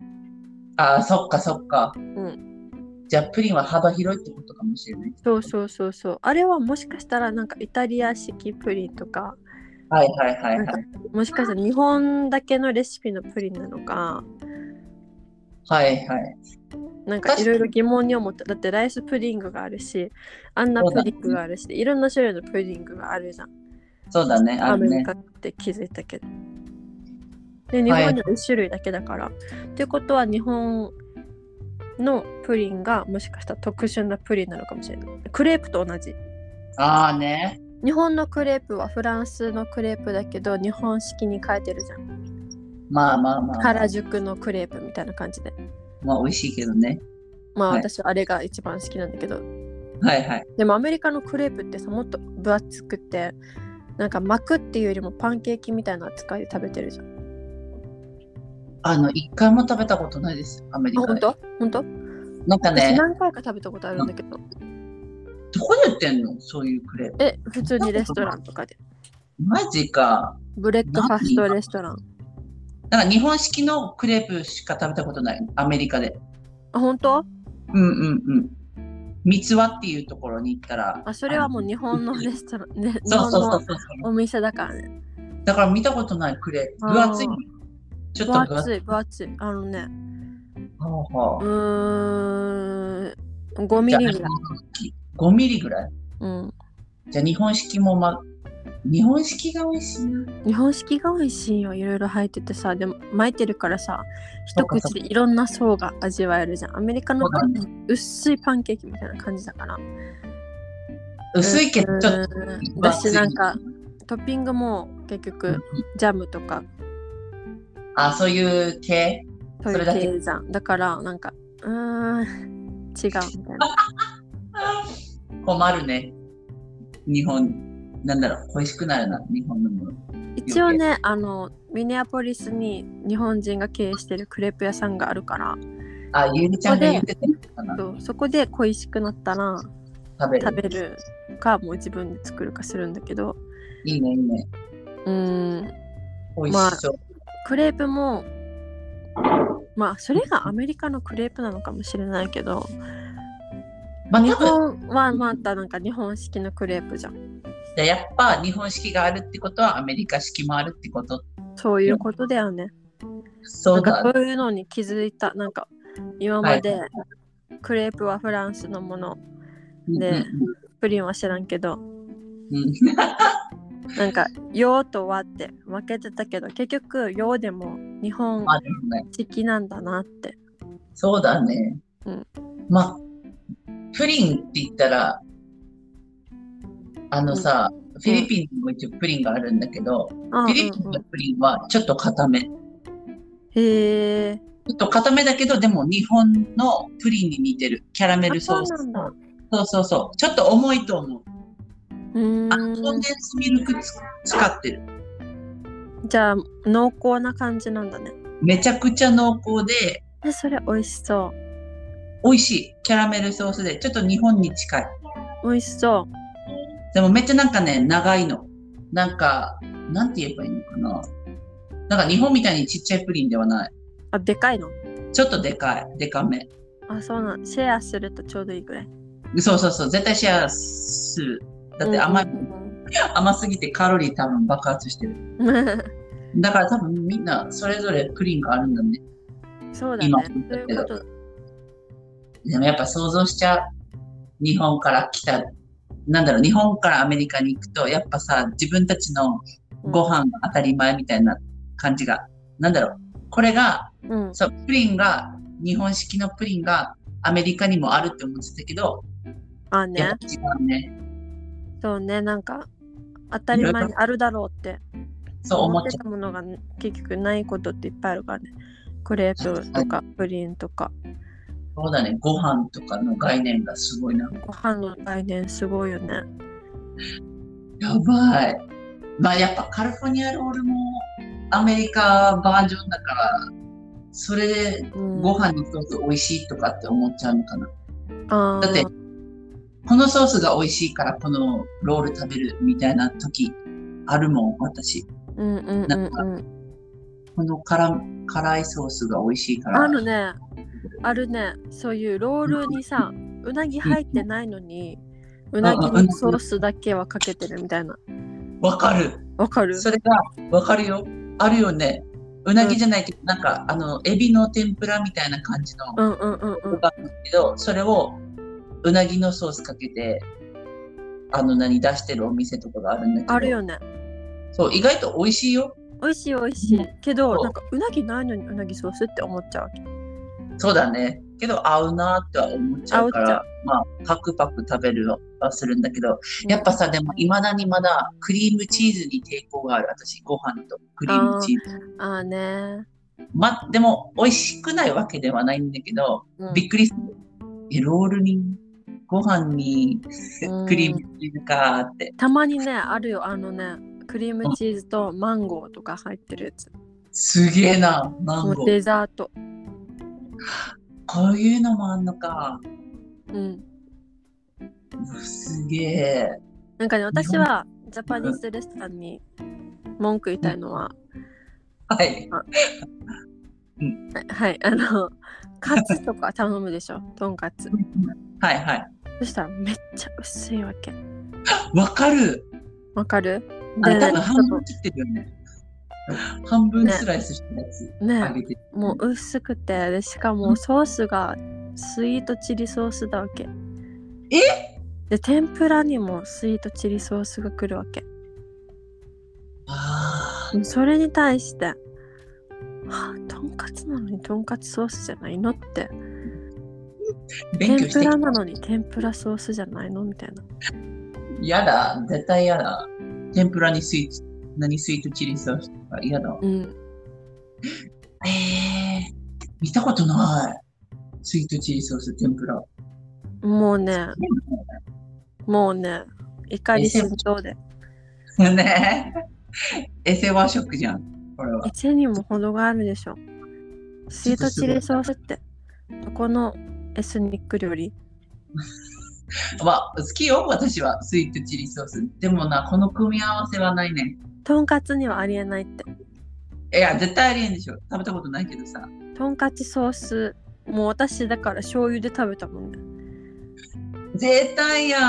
Speaker 2: ああ、そっかそっか。
Speaker 1: ん
Speaker 2: じゃあ、プリンは幅広いってことかもしれない。
Speaker 1: そうそうそうそう。あれはもしかしたらなんかイタリア式プリンとか、
Speaker 2: はいはいはい
Speaker 1: な
Speaker 2: は
Speaker 1: ん
Speaker 2: い。
Speaker 1: かもしかしたら日本だけのレシピのプリンなのか、
Speaker 2: はいはい。
Speaker 1: なんかいろいろ疑問に思った。だってライスプディングがあるし、あんなプディングがあるし、いろんな種類のプディングがあるじゃん。
Speaker 2: そうだね。あ
Speaker 1: ア
Speaker 2: る
Speaker 1: メ
Speaker 2: ね
Speaker 1: リ。カって気づいたけど。で日本には1種類だけだから。っていうことは日本のプリンがもしかしたら特殊なプリンなのかもしれない。クレープと同じ。
Speaker 2: ああね。
Speaker 1: 日本のクレープはフランスのクレープだけど日本式に変えてるじゃん
Speaker 2: まあまあまあ。
Speaker 1: 原宿のクレープみたいな感じで
Speaker 2: まあ美味しいけどね。
Speaker 1: まあ
Speaker 2: はい
Speaker 1: 私はあれが一番好きなんだけど、
Speaker 2: はいはい。
Speaker 1: でもアメリカのクレープってさもっと分厚くてなんか巻くっていうよりもパンケーキみたいな扱いで食べてるじゃんあ
Speaker 2: あの、一回も食べたことないです。アメリカ
Speaker 1: 本
Speaker 2: で。
Speaker 1: 当本当
Speaker 2: なんか
Speaker 1: 私
Speaker 2: ね、
Speaker 1: 何回か食べたことあるんだけど
Speaker 2: どこで売ってんのそういうクレープ。
Speaker 1: え普通にレストランとかで
Speaker 2: マジか。
Speaker 1: ブレッドファストレストラン
Speaker 2: なんか日本式のクレープしか食べたことない。アメリカで。
Speaker 1: あ本当
Speaker 2: うんうんうん。三つ輪っていうところに行ったら。
Speaker 1: あそれはもう
Speaker 2: あ
Speaker 1: 日本のレストランね日
Speaker 2: の。
Speaker 1: 本
Speaker 2: そうそうそ
Speaker 1: の
Speaker 2: うそう。
Speaker 1: お店だからね
Speaker 2: だから見たことないクレープ。
Speaker 1: あー
Speaker 2: 分厚い。ちょっ
Speaker 1: 分
Speaker 2: と分厚い。
Speaker 1: 厚い分厚いあのね
Speaker 2: ほうほ
Speaker 1: う
Speaker 2: う
Speaker 1: ーん5ミリぐらい
Speaker 2: じゃあ5ミリぐらい。
Speaker 1: うん
Speaker 2: じゃあ日本式もま、日本式が美味しいな。
Speaker 1: 日本式が美味しいよいろいろ入っててさでも巻いてるからさ
Speaker 2: そ
Speaker 1: 一
Speaker 2: っかそっ
Speaker 1: 口
Speaker 2: か
Speaker 1: でいろんな層が味わえるじゃんアメリカのパン
Speaker 2: そ
Speaker 1: 薄いパンケーキみたいな感じだから
Speaker 2: 薄いけど、ちょっと
Speaker 1: うん
Speaker 2: 分
Speaker 1: 私
Speaker 2: 厚い。
Speaker 1: なんかトッピングも結局ジャムとか
Speaker 2: あ、そういう系
Speaker 1: そう
Speaker 2: そ
Speaker 1: い
Speaker 2: れ
Speaker 1: う
Speaker 2: だけ
Speaker 1: 系じゃんだからなんかうーん違うみたいな
Speaker 2: 困るね。日本、なんだろう、恋しくなるな、日本のもの。
Speaker 1: 一応ねあのミネアポリスに日本人が経営してるクレープ屋さんがあるから
Speaker 2: あ、ゆりちゃんが言ってたのかな。
Speaker 1: そうそこで恋しくなったら
Speaker 2: 食べる。
Speaker 1: 食べるかもう自分で作るかするんだけど
Speaker 2: いいね、いいね。
Speaker 1: うーん
Speaker 2: 美味しそう。
Speaker 1: クレープもまあそれがアメリカのクレープなのかもしれないけど
Speaker 2: まあ、
Speaker 1: 日
Speaker 2: 多分
Speaker 1: 本はまたなんか日本式のクレープじゃん
Speaker 2: じゃあやっぱ日本式があるってことはアメリカ式もあるってこと。
Speaker 1: そういうことだよね
Speaker 2: そ
Speaker 1: な
Speaker 2: うん
Speaker 1: か
Speaker 2: だ。
Speaker 1: そういうのに気づいたなんか今までクレープはフランスのもの
Speaker 2: うん
Speaker 1: ねプリンは知らんけど
Speaker 2: うんうん
Speaker 1: なんか「洋」と「和」って分けてたけど結局「洋」でも日本
Speaker 2: あでもね
Speaker 1: 式なんだなって
Speaker 2: そうだね。
Speaker 1: うん
Speaker 2: まあ、プリンって言ったら、あのさ、フィリピンにも一応プリンがあるんだけど、
Speaker 1: うんうん
Speaker 2: フィリピンのプリンはちょっと固め。ち
Speaker 1: へえ
Speaker 2: ょっと固めだけど、でも日本のプリンに似てる。キャラメルソース。
Speaker 1: あそうなんだ
Speaker 2: そうそうそう。ちょっと重いと思う。
Speaker 1: う
Speaker 2: あのコ
Speaker 1: ー
Speaker 2: ン
Speaker 1: ん
Speaker 2: デンスミルクつ使ってる。
Speaker 1: じゃあ濃厚な感じなんだね
Speaker 2: めちゃくちゃ濃厚で、
Speaker 1: えそれ美味しそ
Speaker 2: 美味しい。キャラメルソースで、ちょっと日本に近い。
Speaker 1: う美味しそ
Speaker 2: でもめっちゃなんかね、長いの。なんか、なんて言えばいいのかな。なんか日本みたいにちっちゃいプリンではない。
Speaker 1: うあでかいの
Speaker 2: ちょっとでかい。でかめ。
Speaker 1: あそうなんシェアするとちょうどいいぐらい
Speaker 2: そうそうそう。絶対シェアする。だって甘い、
Speaker 1: うん
Speaker 2: 甘すぎてカロリー多分爆発してる。
Speaker 1: うんうん
Speaker 2: だから多分みんなそれぞれプリンがあるんだね。
Speaker 1: そうだね
Speaker 2: 今
Speaker 1: そういうこと
Speaker 2: でもやっぱ想像しちゃう。日本から来た、なんだろう、日本からアメリカに行くと、やっぱさ、自分たちのご飯が当たり前みたいな感じが、なんだろう、これが
Speaker 1: うん
Speaker 2: そう、プリンが、日本式のプリンがアメリカにもあるって思ってたけど、
Speaker 1: あ
Speaker 2: や
Speaker 1: ね
Speaker 2: っぱ違うね。
Speaker 1: そうねなんか当たり前にあるだろうって
Speaker 2: そう
Speaker 1: 思
Speaker 2: 思っ
Speaker 1: って
Speaker 2: ちゃ
Speaker 1: たものがね結局ないことっていっぱいあるからねクレープとかプリンとか
Speaker 2: う。そうだね。ご飯とかの概念がすごいな。
Speaker 1: ご飯の概念すごいよね
Speaker 2: やばい。まあやっぱカリフォルニアロールもアメリカバージョンだから、それで
Speaker 1: うん
Speaker 2: ご飯のソース美味しいとかって思っちゃうのかな。
Speaker 1: あ
Speaker 2: だって
Speaker 1: ー
Speaker 2: このソースが美味しいからこのロール食べるみたいな時あるもん、私。
Speaker 1: うんうんうんうん
Speaker 2: この辛辛いソースが美味しいから。
Speaker 1: あるねあるねそういうロールにさうなぎ入ってないのにうなぎのソースだけはかけてるみたいな
Speaker 2: わかる。
Speaker 1: わかる
Speaker 2: それがわかるよ。あるよね。うなぎじゃないけど、なんかあのエビの天ぷらみたいな感じの
Speaker 1: うんうんうんうん
Speaker 2: があるんだけど、それをうなぎのソースかけてあの何出してるお店とかがあるんだけど。
Speaker 1: あるよね
Speaker 2: そう意外と美味しいよ。
Speaker 1: 美味しい美味しいけど
Speaker 2: そう
Speaker 1: なんかうなぎないのにうなぎソースって思っちゃうわけ
Speaker 2: そうだね。けど合うなっては思っちゃうか
Speaker 1: 合っちゃ
Speaker 2: ら、まあパクパク食べるよ。はするんだけど、やっぱさ、でも未だにまだクリームチーズに抵抗がある。私、ご飯とクリームチーズ。
Speaker 1: ああね、
Speaker 2: ま、でも、美味しくないわけではないんだけど、
Speaker 1: うん
Speaker 2: びっくりする。え、ロールに、ご飯に、クリーム
Speaker 1: うん
Speaker 2: チーズかーって。
Speaker 1: たまにねあるよあのねクリームチーズとマンゴーとか入ってるやつ
Speaker 2: すげえな、マン
Speaker 1: も
Speaker 2: ゴ
Speaker 1: う
Speaker 2: ー。
Speaker 1: デザート
Speaker 2: こういうのもあんのか。
Speaker 1: うん
Speaker 2: うわすげえ。
Speaker 1: なんかね私はジャパニーズレストランに文句言いたいのは、
Speaker 2: は
Speaker 1: は
Speaker 2: い。
Speaker 1: いはいあ のカツとか頼むでしょとんかつ
Speaker 2: はいは
Speaker 1: そしたらめっちゃ薄いわけ
Speaker 2: い。わかる。
Speaker 1: わかる
Speaker 2: あれ
Speaker 1: で
Speaker 2: 多分半
Speaker 1: ちょ
Speaker 2: 分切ってるよね。半分スライスしたやつ
Speaker 1: っとね
Speaker 2: あげて。
Speaker 1: もう薄くてでしかもソースがスイートチリソースだわけえで天ぷらにもスイートチリソースが来るわけ
Speaker 2: あ
Speaker 1: もうそれに対してはあとんかつなのにとんかつソースじゃないのって
Speaker 2: ー勉
Speaker 1: 天
Speaker 2: 強し
Speaker 1: ぷ
Speaker 2: てき
Speaker 1: ら
Speaker 2: た。
Speaker 1: なのに天ぷらソースじゃないのみたいな
Speaker 2: やだ、絶対やだ。天ぷらにスイーツ、何スイートチリソースとかやだ。
Speaker 1: うん
Speaker 2: ええー、見たことない。スイートチリソース、天ぷら。
Speaker 1: もうねもうね怒り心頭で
Speaker 2: ね え。エセ和食じゃん、これは。
Speaker 1: 一にも程があるでしょスイートチリソースってどこのエスニック料理
Speaker 2: まあ、好きよ、私は。スイートチリソース。でもな、この組み合わせはないね。
Speaker 1: とんかつにはありえないって
Speaker 2: いや、絶対ありえんでしょ。食べたことないけどさ。
Speaker 1: とんかつソースもう私だから醤油で食べたもんね
Speaker 2: 絶対や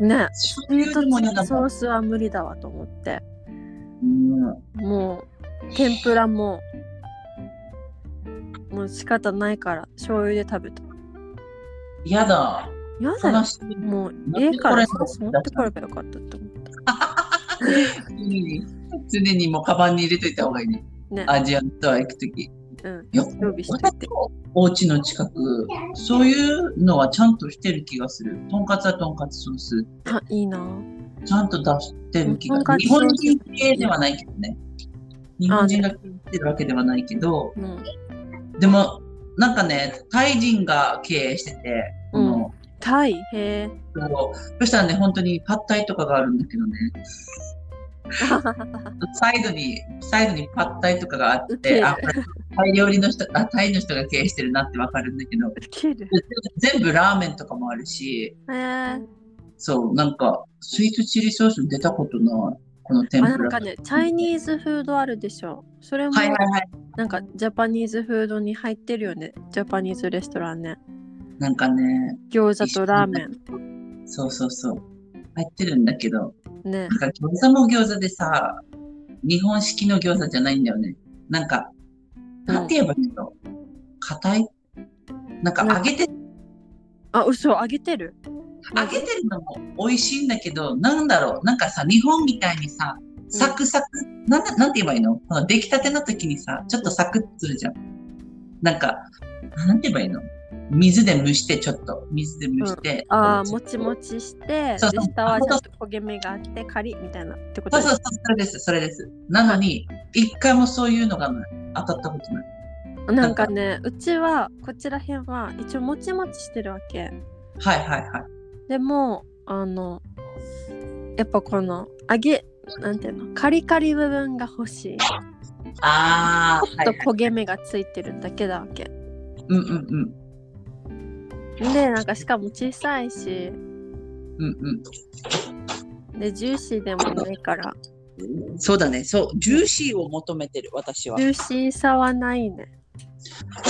Speaker 2: ん。
Speaker 1: ね
Speaker 2: 醤
Speaker 1: スイート
Speaker 2: 油でも
Speaker 1: チ
Speaker 2: 嫌だ
Speaker 1: リソ
Speaker 2: もん。
Speaker 1: ースは無理だわと思って
Speaker 2: うん
Speaker 1: もう天ぷらももう仕方ないから醤油で食べた
Speaker 2: 嫌だ。
Speaker 1: やだよ
Speaker 2: 悲しい。
Speaker 1: もう
Speaker 2: なんで
Speaker 1: 家からソ
Speaker 2: これ
Speaker 1: ース持ってこればよかったって思った
Speaker 2: 常に、常にもうカバンに入れといた方がいいね。
Speaker 1: ね
Speaker 2: アジアンストア行くとき。
Speaker 1: うん
Speaker 2: よ
Speaker 1: 常備しといて
Speaker 2: お家の近く、そういうのはちゃんとしてる気がする。とんかつはとんかつソース、
Speaker 1: あいいな
Speaker 2: ちゃんと出してる気
Speaker 1: とんか
Speaker 2: が。
Speaker 1: つ
Speaker 2: 日本人系ではないけどね。日本人が
Speaker 1: あ
Speaker 2: 食ってるわけではないけど、
Speaker 1: うん
Speaker 2: でも、なんかね、タイ人が経営してて、この
Speaker 1: タイへえ
Speaker 2: そしたらね、本当にパッタイとかがあるんだけどね、サイドに、サイドにパッタイとかがあっ
Speaker 1: ウケ
Speaker 2: て、
Speaker 1: る
Speaker 2: あ、これタイ料理の人、あ、タイの人が経営してるなってわかるんだけど、
Speaker 1: ウケる
Speaker 2: 全部ラーメンとかもあるし、
Speaker 1: へえ
Speaker 2: そう、なんか、スイートチリソース出たことない、この天
Speaker 1: あな
Speaker 2: ぷ
Speaker 1: ん
Speaker 2: ら。
Speaker 1: かねチャイニーズフードあるでしょそれも
Speaker 2: はいはいはい。
Speaker 1: なんかジャパニーズフードに入ってるよねジャパニーズレストランね
Speaker 2: なんかね、
Speaker 1: 餃子とラーメ
Speaker 2: そうそうそう。入ってるんだけど、
Speaker 1: ンね
Speaker 2: なんか餃子も餃子でさ、日本式の餃子じゃないんだよね。なんか、なんて言えばいいの硬いなんか揚げて
Speaker 1: あ嘘揚げてる
Speaker 2: 揚げてるのも美味しいんだけど、なんだろう、なんかさ、日本みたいにさ、サクサク、なんだなんて言えばいいのこの出来たての時にさ、ちょっとサクッとするじゃん。なんか、なんて言えばいいの水で蒸して、ちょっと、水で蒸して。
Speaker 1: あー
Speaker 2: そ
Speaker 1: も
Speaker 2: う
Speaker 1: ちもちしてで
Speaker 2: そうそう
Speaker 1: 下はちょっと焦げ目があってカリッみたいなってこと
Speaker 2: そう
Speaker 1: で
Speaker 2: そう
Speaker 1: す
Speaker 2: そう、それです、それです。なのに、一回もそういうのがない当たったことない。
Speaker 1: なんかねうちはこちら辺は一応もちもちしてるわけ
Speaker 2: はいはいはい。
Speaker 1: でもあのやっぱこの揚げなんていうのカリカリ部分が欲しいち
Speaker 2: あ
Speaker 1: ょ
Speaker 2: ー、は
Speaker 1: っと
Speaker 2: い、はい。
Speaker 1: 焦げ目がついてるだけだわけ
Speaker 2: うんうんうん。
Speaker 1: でなんかしかも小さいし
Speaker 2: うん
Speaker 1: でジューシーでもないから
Speaker 2: うん。そうだね、そう、ジューシーを求めてる、私は
Speaker 1: ジューシーさはないね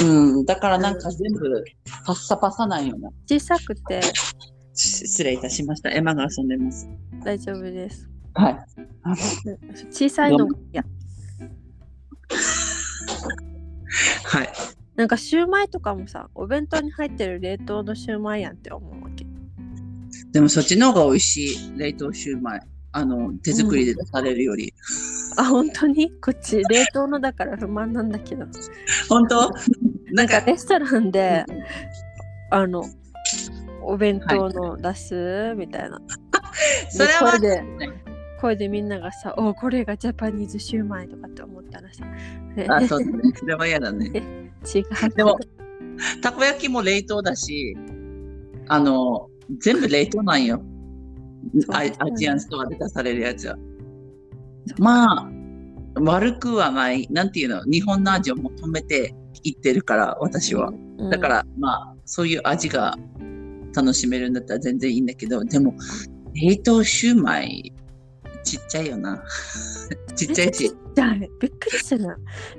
Speaker 2: うん、だからなん
Speaker 1: う
Speaker 2: か
Speaker 1: ん
Speaker 2: 全部パッサパサないような。
Speaker 1: 小さくて
Speaker 2: し失礼いたしました。エマが遊んでます。
Speaker 1: 大丈夫です
Speaker 2: はい。
Speaker 1: 小さいのが嫌
Speaker 2: はい。
Speaker 1: なんかシューマイとかもさお弁当に入ってる冷凍のシューマイやんって思うわけ
Speaker 2: でもそっちの方が美味しい。冷凍シューマイ。あの、手作りで出されるより。
Speaker 1: あ本当にこっち冷凍のだから不満なんだけど
Speaker 2: 本当なんか、
Speaker 1: レストランであのお弁当の出すみた いな。
Speaker 2: それは
Speaker 1: これで
Speaker 2: ね
Speaker 1: 声でみんながさ、おこれがジャパニーズシューマイとかって思ったらさ、ね
Speaker 2: あ、そうだね。それは嫌 だね。
Speaker 1: 違う。
Speaker 2: でも、たこ焼きも冷凍だし、あの、全部冷凍なんよ。
Speaker 1: そう
Speaker 2: ア
Speaker 1: ですよね
Speaker 2: アジアンストアで出されるやつは。まあ、悪くはない。なんていうの、日本の味を求めていってるから、私は。
Speaker 1: うん
Speaker 2: だから、まあ、そういう味が楽しめるんだったら全然いいんだけど、でも、冷凍シューマイ、ちっちゃいよな。 ちっちゃいし。
Speaker 1: じゃあびっくりするな。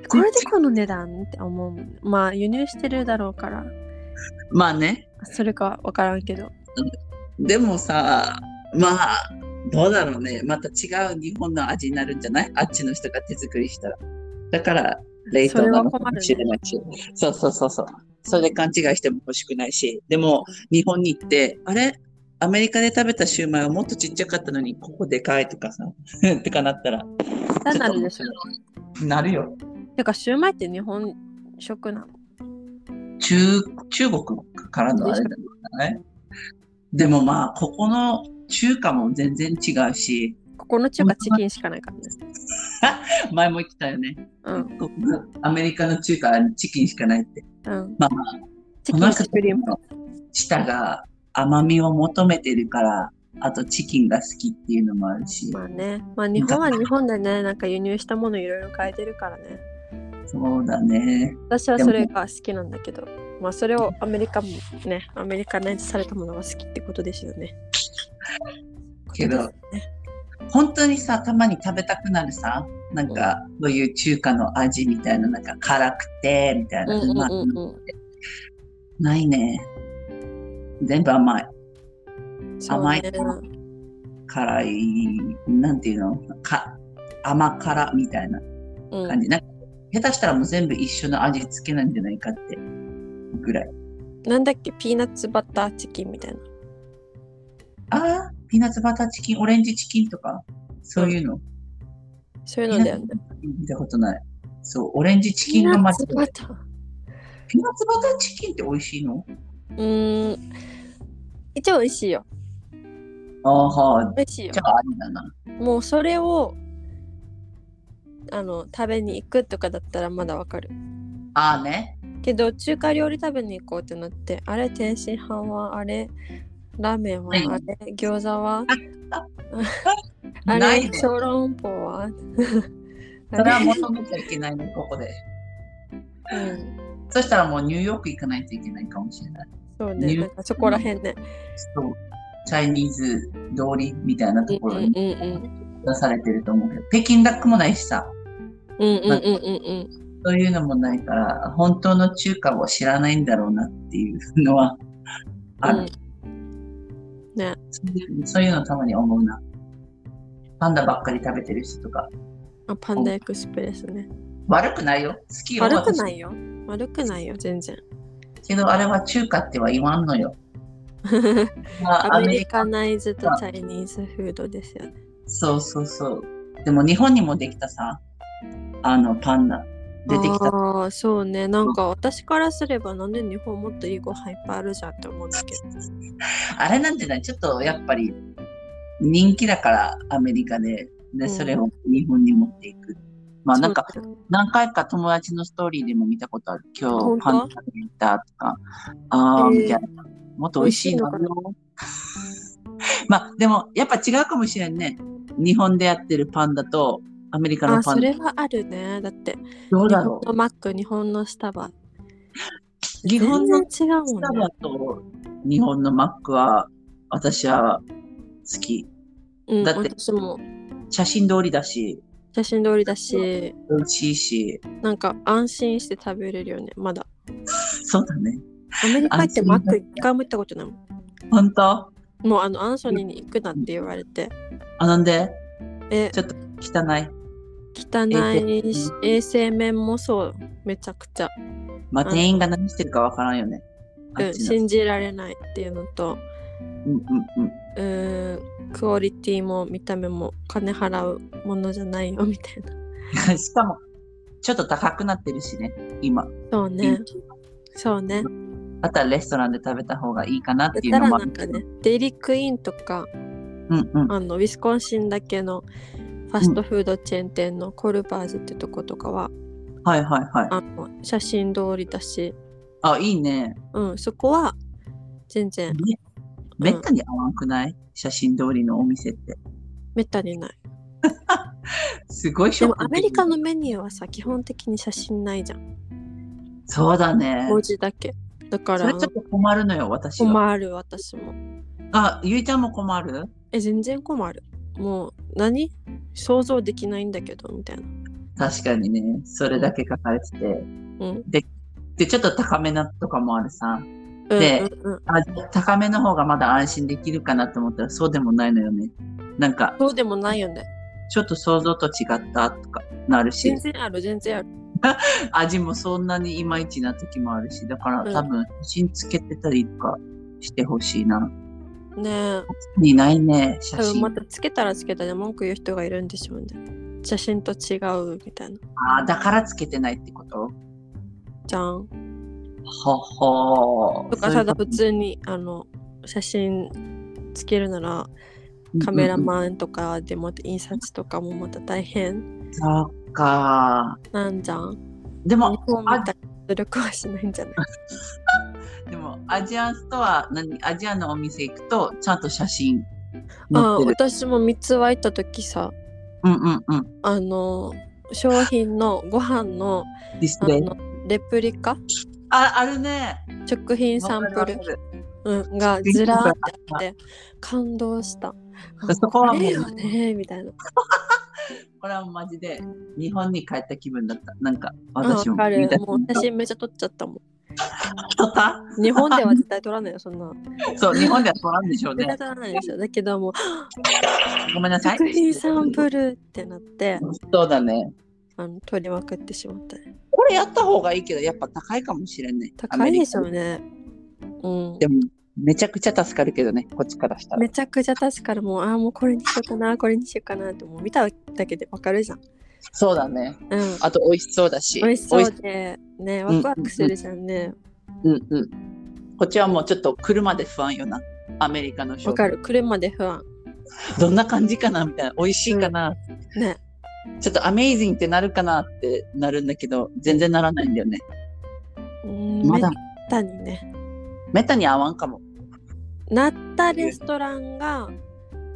Speaker 1: これでこの値段って思うもん。まあ輸入してるだろうから、
Speaker 2: まあね。
Speaker 1: それかわからんけど。
Speaker 2: でもさ、まあ、どうだろうね。また違う日本の味になるんじゃないあっちの人が手作りしたら。だから、冷
Speaker 1: そ
Speaker 2: 凍
Speaker 1: れ
Speaker 2: な
Speaker 1: は
Speaker 2: の
Speaker 1: 困
Speaker 2: かも
Speaker 1: る
Speaker 2: しれないし。そうそうそうそう。それで勘違いしても欲しくないし。でも、日本に行って、あれアメリカで食べたシューマイはもっとちっちゃかったのに、ここでかいとかさ、 ってかなったら。
Speaker 1: だなるでしょ。
Speaker 2: なるよ。
Speaker 1: てか、シューマイって日本食なの。
Speaker 2: 中、中国からのあれだもんね。でもまあ、ここの中華も全然違うし、
Speaker 1: ここの中華チキンしかないからね。
Speaker 2: 前も言ってたよね。
Speaker 1: うん。
Speaker 2: ここのアメリカの中華にチキンしかないって。
Speaker 1: うん。
Speaker 2: まあ、
Speaker 1: チ
Speaker 2: こ
Speaker 1: キ
Speaker 2: の
Speaker 1: ン
Speaker 2: 人
Speaker 1: スクリーム。
Speaker 2: の舌が甘みを求めてるから、あとチキンが好きっていうのもあるし、
Speaker 1: まあね。まあ日本は日本でね、なんか輸入したものいろいろ変えてるからね。
Speaker 2: そうだね。
Speaker 1: 私はそれが好きなんだけど。まあそれをアメリカもね、アメリカナイズされたものが好きってことですよね。
Speaker 2: けど本当にさ、たまに食べたくなるさ、なんか、そういう中華の味みたいな、なんか辛くて、みたい
Speaker 1: うん
Speaker 2: な、
Speaker 1: う
Speaker 2: うんま
Speaker 1: うんうん。
Speaker 2: いないね。全部甘い。
Speaker 1: そうね
Speaker 2: 甘い辛い、なんていうのか甘辛みたいな。
Speaker 1: うん
Speaker 2: 感じ。なんか下手したらもう全部一緒の味付けなんじゃないかってぐらい。
Speaker 1: なんだっけピーナッツバターチキンみたいな。
Speaker 2: ああ、ピーナッツバターチキン、オレンジチキンとか、そういうの。
Speaker 1: そういうのだよね。
Speaker 2: 見たことない。そう、オレンジチキ
Speaker 1: ピ
Speaker 2: ン
Speaker 1: ー
Speaker 2: が
Speaker 1: ナ
Speaker 2: ま
Speaker 1: ッ
Speaker 2: ず
Speaker 1: ツバター。
Speaker 2: ピーナッツバターチキンって美味しいの
Speaker 1: うーん。一応美味しいよ。
Speaker 2: ああ、は
Speaker 1: 美味しいよ
Speaker 2: じゃ。あありだな。
Speaker 1: もうそれをあの食べに行くとかだったらまだわかる。
Speaker 2: ああね。
Speaker 1: けど中華料理食べに行こうってなってあれ天津飯はあれラーメンは
Speaker 2: はい
Speaker 1: あれ餃子は
Speaker 2: あ
Speaker 1: あ
Speaker 2: な
Speaker 1: れ
Speaker 2: いね
Speaker 1: 小籠包は
Speaker 2: それは
Speaker 1: あれ
Speaker 2: 求めちゃいけないね、ここで。
Speaker 1: うん、
Speaker 2: そしたらもうニューヨーク行かないといけないかもしれない。
Speaker 1: そうねなんかそこらへんね。
Speaker 2: そう。チャイニーズ通りみたいなとこ
Speaker 1: うん
Speaker 2: ろ
Speaker 1: う
Speaker 2: に
Speaker 1: んうん
Speaker 2: 出されてると思うけど、北京ダックもないしさ。
Speaker 1: うんうんうんうん
Speaker 2: そういうのもないから、本当の中華を知らないんだろうなっていうのは ある。
Speaker 1: ね
Speaker 2: そういうそういうのたまに思うな。パンダばっかり食べてる人とか、
Speaker 1: あパンダエクスプレスね。
Speaker 2: 悪くないよ。好きよ。。
Speaker 1: 悪くないいよ。悪くないよ全然。
Speaker 2: けど、あれは中華っては言わんのよ。 まあ
Speaker 1: アメリカナイズとチャイニーズフードですよね。
Speaker 2: そうそうそう。でも日本にもできたさ、あのパンダ出てきた。
Speaker 1: ああ、そうね。なんか私からすればなんで日本もっといいご飯いっぱいあるじゃんって思うんだけど。
Speaker 2: あれなんじゃないちょっとやっぱり人気だからアメリカで、
Speaker 1: ん
Speaker 2: で、それを日本に持っていく。まあなんか
Speaker 1: そうね
Speaker 2: 何回か友達のストーリーでも見たことある。今
Speaker 1: 本当
Speaker 2: 日パン食べに行ったとか、ああ、
Speaker 1: へー
Speaker 2: みたいな。もっと美味しいのかな。まあでもやっぱ違うかもしれんね。日本でやってるパンダとアメリカ
Speaker 1: あー、
Speaker 2: のパ
Speaker 1: そ
Speaker 2: ンダ
Speaker 1: れ。はあるね。だって、
Speaker 2: どう
Speaker 1: 日
Speaker 2: だ
Speaker 1: 本
Speaker 2: ろ
Speaker 1: のマック、日本のスタバ。
Speaker 2: う。日本の
Speaker 1: 全然違う
Speaker 2: ス
Speaker 1: も
Speaker 2: タ
Speaker 1: んね
Speaker 2: バ。と日本のマックは私は好き。
Speaker 1: うん、
Speaker 2: だって
Speaker 1: 私も
Speaker 2: 写真通りだし、
Speaker 1: 写真通りだし、
Speaker 2: 美味しいし、
Speaker 1: なんか安心して食べれるよね、まだ。
Speaker 2: そうだね。
Speaker 1: アメリカって
Speaker 2: 安心
Speaker 1: マック一回も行ったことないもん。
Speaker 2: 本当
Speaker 1: もうあの、アンソニーに行くなって言われて、
Speaker 2: あ、なんで
Speaker 1: え、
Speaker 2: ちょっと汚い。
Speaker 1: 汚いし、衛生面もそう、めちゃくちゃ。
Speaker 2: まあ、
Speaker 1: うん
Speaker 2: 店員が何してるかわからんよね。あ
Speaker 1: う
Speaker 2: っ
Speaker 1: ん、
Speaker 2: ちの。
Speaker 1: 信じられないっていうのと、
Speaker 2: うんうんうん。
Speaker 1: うーん、クオリティも見た目も金払うものじゃないよみたいな。
Speaker 2: しかも、ちょっと高くなってるしね、今。
Speaker 1: そう
Speaker 2: う
Speaker 1: ね
Speaker 2: ん。
Speaker 1: そうね。
Speaker 2: だったらレストランで食べた方がいいかなっ
Speaker 1: だ
Speaker 2: て
Speaker 1: っ
Speaker 2: いう
Speaker 1: た
Speaker 2: の
Speaker 1: ら
Speaker 2: もあ
Speaker 1: な
Speaker 2: る
Speaker 1: んか
Speaker 2: けど。
Speaker 1: ね、デイリークイーンとか、
Speaker 2: うんうん。
Speaker 1: あのウィスコンシンだけのファストフードチェーン店のコルバーズってとことかは、
Speaker 2: はいはいはい。
Speaker 1: あの写真通りだし、
Speaker 2: あ、いいね。
Speaker 1: うん、そこは全然
Speaker 2: ねめったに合わんくない、写真通りのお店って。
Speaker 1: めったにない。
Speaker 2: すごいシ
Speaker 1: で
Speaker 2: ョッ
Speaker 1: も
Speaker 2: ク。
Speaker 1: アメリカ。のメニューはさ、基本的に写真ないじゃん。
Speaker 2: そうだね。
Speaker 1: 文字だけ。だか
Speaker 2: そ
Speaker 1: ら
Speaker 2: れちょっと困るのよ、私は。
Speaker 1: 困る私も。
Speaker 2: あ、ゆいちゃんも困る
Speaker 1: え、全然困る。もう何想像できないんだけどみたいな。
Speaker 2: 確かにね。それだけ書かれてて。
Speaker 1: うん。
Speaker 2: で、ちょっと高めなとかもあるさ。
Speaker 1: うん
Speaker 2: ね
Speaker 1: うんうん、
Speaker 2: あ、高めの方がまだ安心できるかなと思ったら、そうでもないのよね。なんか、
Speaker 1: そうでもないよね。
Speaker 2: ちょっと想像と違ったとかなるし
Speaker 1: 全。然ある、全然ある。
Speaker 2: 味もそんなにいまいちな時もあるし、だから
Speaker 1: うん
Speaker 2: 多分、写真つけてたりとかしてほしいな。
Speaker 1: ねえ。
Speaker 2: いないね、写
Speaker 1: 多分
Speaker 2: 真。
Speaker 1: またつけたらつけたで文句言う人がいるんでしょうね。写真と違うみたいな。
Speaker 2: ああ、だからつけてないってこと
Speaker 1: じゃん。
Speaker 2: ほほー。
Speaker 1: とか
Speaker 2: そうい
Speaker 1: た
Speaker 2: う
Speaker 1: だ
Speaker 2: こと
Speaker 1: 普通にあの写真つけるならカメラマンとかでもって印刷とかもまた大変
Speaker 2: うんうんそっか。
Speaker 1: なんじゃん。日
Speaker 2: でも、
Speaker 1: 本みたいな努力はしないんじゃない
Speaker 2: でも、アジアンストア、何、アジアのお店行くと、ちゃんと写真
Speaker 1: あ
Speaker 2: 載ってる。
Speaker 1: 私も三つは行った時さ
Speaker 2: うんうんうん。
Speaker 1: あの商品のご飯の
Speaker 2: ディス
Speaker 1: あ
Speaker 2: プレイ。
Speaker 1: のレプリカ
Speaker 2: あ、あるね。
Speaker 1: 食品サンプル
Speaker 2: わかるわかる
Speaker 1: うんがずらーってあって感動した。
Speaker 2: そこはもう
Speaker 1: あれよねみたいな。
Speaker 2: これはマジで、日本に帰った気分だった。なんか、
Speaker 1: うん
Speaker 2: 私も
Speaker 1: わかる。
Speaker 2: た
Speaker 1: もう写真めっちゃ撮っちゃったも
Speaker 2: 撮った
Speaker 1: ん。日本では絶対撮らないよ、そんな。
Speaker 2: そう、日本では撮らんでしょう
Speaker 1: 絶
Speaker 2: ね
Speaker 1: 対。撮らないでしょ。だけども、
Speaker 2: ごめんなさい。
Speaker 1: 作品サンプルってなって、
Speaker 2: そうだね。
Speaker 1: あの撮りまくってしまったね。
Speaker 2: これやった方がいいけど、やっぱ高いかもしれない。
Speaker 1: 高いでしょ
Speaker 2: アメ
Speaker 1: うね。うん
Speaker 2: リカ。でも、めちゃくちゃ助かるけどね、こっちからしたら
Speaker 1: め。ちゃくちゃ確かにもう、ああ、もうこれにしようかな、これにしようかなって、もう見ただけでわかるじゃん。
Speaker 2: そうだね。
Speaker 1: うん。
Speaker 2: あと、美味しそうだし。
Speaker 1: 美味しそ
Speaker 2: 美
Speaker 1: う
Speaker 2: 味し
Speaker 1: で、ね、ワクワクするじゃんね。
Speaker 2: うんうん。こっちはもうちょっと車で不安よな。アメリカの
Speaker 1: わ
Speaker 2: 商
Speaker 1: か
Speaker 2: 品。
Speaker 1: る。車で不安。
Speaker 2: どんな感じかなみたいな。美味しいかな、
Speaker 1: ね。
Speaker 2: ちょっとアメイジングってなるかなってなるんだけど、全然ならないんだよね。
Speaker 1: うん
Speaker 2: まだ
Speaker 1: めったにね。
Speaker 2: めったに合わんかも。
Speaker 1: なったレストランが、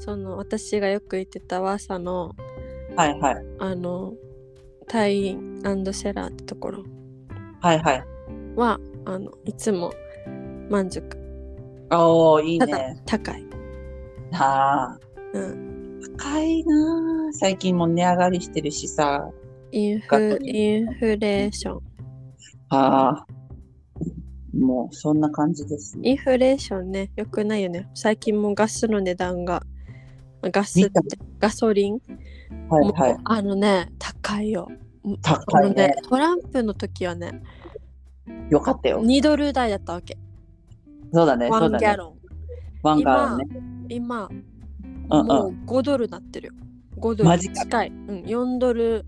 Speaker 1: その、私がよく行ってたワーサの、
Speaker 2: はいはい。
Speaker 1: あの、タインセラーってところ
Speaker 2: はいはい。
Speaker 1: は、あの、いつも満足。
Speaker 2: おー、いい
Speaker 1: ただ
Speaker 2: ね。、
Speaker 1: 高い。
Speaker 2: はあ。
Speaker 1: うん。
Speaker 2: 高いなあ最近も値上がりしてるしさ。
Speaker 1: イン
Speaker 2: ガソ
Speaker 1: フ、
Speaker 2: リン
Speaker 1: インフレーション。
Speaker 2: ああ。もう、そんな感じですね。
Speaker 1: インフレーションね、よくないよね。最近もガスの値段が、ガスって
Speaker 2: 見た
Speaker 1: ガソリン、
Speaker 2: はいは
Speaker 1: もう
Speaker 2: い。
Speaker 1: あのね、高いよ。
Speaker 2: 高い
Speaker 1: あのね
Speaker 2: ね。
Speaker 1: トランプの時はね、
Speaker 2: よかったよ。
Speaker 1: 2ドル台だったわけ。
Speaker 2: そうだね、
Speaker 1: ワ
Speaker 2: そう
Speaker 1: ン
Speaker 2: だ
Speaker 1: ギャ
Speaker 2: ね。
Speaker 1: ロン。
Speaker 2: ワンガーね。
Speaker 1: 今、
Speaker 2: うん
Speaker 1: も
Speaker 2: う。
Speaker 1: うん5ドルなってるよ。5ド
Speaker 2: マ
Speaker 1: ル
Speaker 2: ジか
Speaker 1: 近い。うん、4ドル、